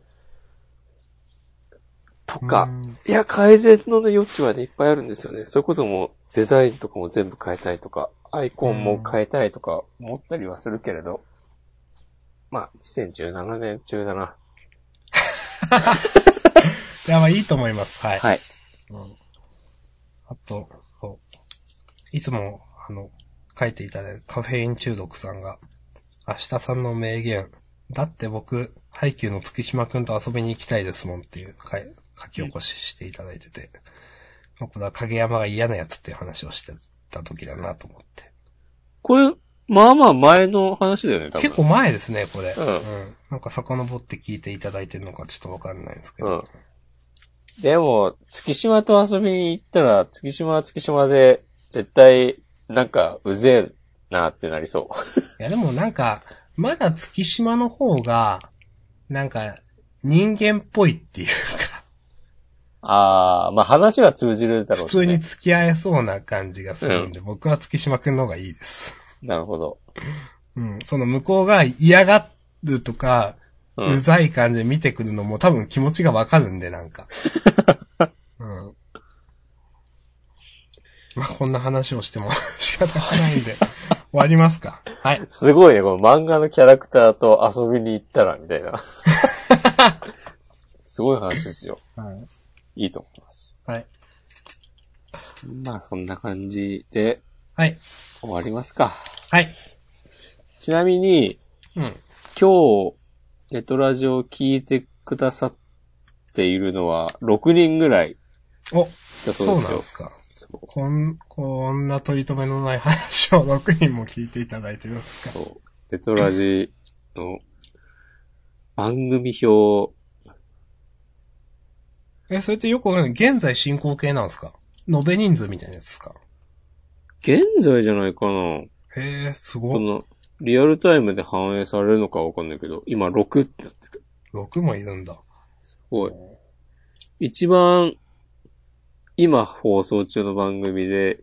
Speaker 1: と
Speaker 2: う
Speaker 1: か、
Speaker 2: ん
Speaker 1: いや、改善のね、余地はね、いっぱいあるんですよね。それこそもう、デザインとかも全部変えたいとか、アイコンも変えたいとか、思ったりはするけれど、まあ、2017年中だな。
Speaker 2: いや、まあいいと思います。はい。
Speaker 1: はい。
Speaker 2: うんあと、そういつも、あの、書いていただいたカフェイン中毒さんが、明日さんの名言、だって僕、ハイキューの月島くんと遊びに行きたいですもんっていう書い書き起こししていただいてて、まあこれは影山が嫌なやつっていう話をしてた時だなと思って。
Speaker 1: これ、まあまあ前の話だよね、多分。
Speaker 2: 結構前ですね、これ。
Speaker 1: うん
Speaker 2: なんか遡って聞いていただいてるのかちょっとわかんないんですけ
Speaker 1: う
Speaker 2: ど
Speaker 1: ん。。でも、月島と遊びに行ったら、月島は月島で、絶対、なんか、うぜえなってなりそう。
Speaker 2: いやでもなんか、まだ月島の方が、なんか、人間っぽいっていうか、
Speaker 1: ああ、まあ話は通じるだろ
Speaker 2: 普
Speaker 1: うし、
Speaker 2: 通
Speaker 1: ね。
Speaker 2: に付き合えそうな感じがするんで、僕は月島くんの方がいいです。
Speaker 1: なるほど。
Speaker 2: うん。その向こうが嫌がるとか、
Speaker 1: う。
Speaker 2: うんざい感じで見てくるのも多分気持ちがわかるんで、
Speaker 1: [LAUGHS]
Speaker 2: なんか。うん。まあ、こんな話をしても仕方がない
Speaker 1: [LAUGHS]
Speaker 2: んで、終わりますか。はい。
Speaker 1: すごいね、この漫画のキャラクターと遊びに行ったら、みた [LAUGHS] いな。すごい話ですよ。
Speaker 2: はい。
Speaker 1: いいと思います。
Speaker 2: はい。
Speaker 1: まあ、そんな感じで
Speaker 2: はい。
Speaker 1: 終わりますか。
Speaker 2: はい。
Speaker 1: ちなみに、
Speaker 2: うん。
Speaker 1: 今日、ネトラジオを聞いてくださっているのは、6人ぐらい
Speaker 2: お、
Speaker 1: だそ
Speaker 2: そうう
Speaker 1: です
Speaker 2: なん
Speaker 1: よ
Speaker 2: で。すか。
Speaker 1: そう
Speaker 2: こん、こんな取り留めのない話を6人も聞いていただいてるんですか。
Speaker 1: そう。ネトラジの番組表を、
Speaker 2: え、それってよくわかんない。現在進行形なんですか延べ人数みたいなやつですか
Speaker 1: 現在じゃないかな
Speaker 2: へえ、す
Speaker 1: こ
Speaker 2: ごい。
Speaker 1: の、リアルタイムで反映されるのかわかんないけど、今6ってなってる。
Speaker 2: 6もいるんだ。
Speaker 1: すごい。一番、今放送中の番組で、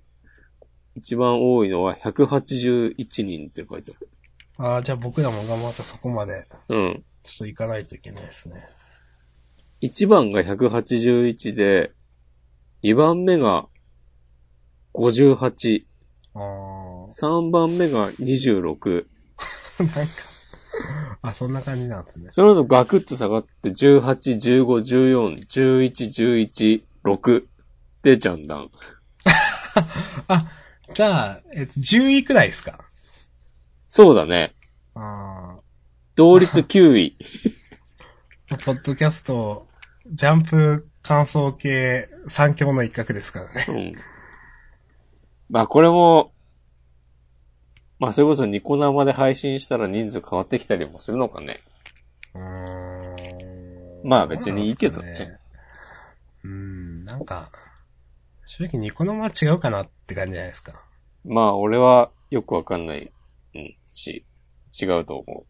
Speaker 1: 一番多いのは181人って書いてある。
Speaker 2: ああ、じゃあ僕らも頑張ってそこまで、
Speaker 1: うん。
Speaker 2: ちょっと行かないといけないですね。
Speaker 1: 1番が181で、2番目が58、
Speaker 2: ああ。
Speaker 1: 3番目が26、
Speaker 2: なんか、あ、そんな感じなんですね。
Speaker 1: その後ガクッと下がって18、15、14、11、11、6でジャンダン。
Speaker 2: あ、じゃあ、えっと、10位くらいですか
Speaker 1: そうだね。
Speaker 2: あ
Speaker 1: 同率9位。
Speaker 2: あ。ポッドキャスト、ジャンプ感想系三強の一角ですからね。
Speaker 1: うん。まあこれも、まあそれこそニコ生で配信したら人数変わってきたりもするのかね。
Speaker 2: うーん
Speaker 1: まあ別にいいけどね。
Speaker 2: うーん、なんか、正直ニコ生は違うかなって感じじゃないですか。
Speaker 1: まあ俺はよくわかんない、うん、し、違うと思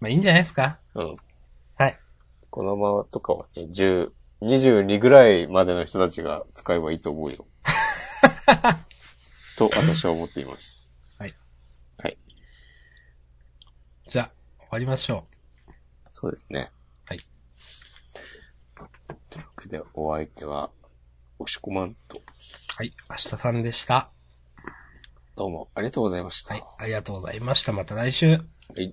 Speaker 2: まあいいんじゃないですか
Speaker 1: う。うん。
Speaker 2: はい。
Speaker 1: このままとかはね、10、22ぐらいまでの人たちが使えばいいと思うよ。と私は思っています。
Speaker 2: じゃあ、終わりましょ
Speaker 1: そうですね。
Speaker 2: はい。
Speaker 1: というわけでお相手は、おしこまんと、
Speaker 2: う。はい、明日さんでした。
Speaker 1: どうもありがとうございました。
Speaker 2: はい、ありがとうございました。また来週。
Speaker 1: はい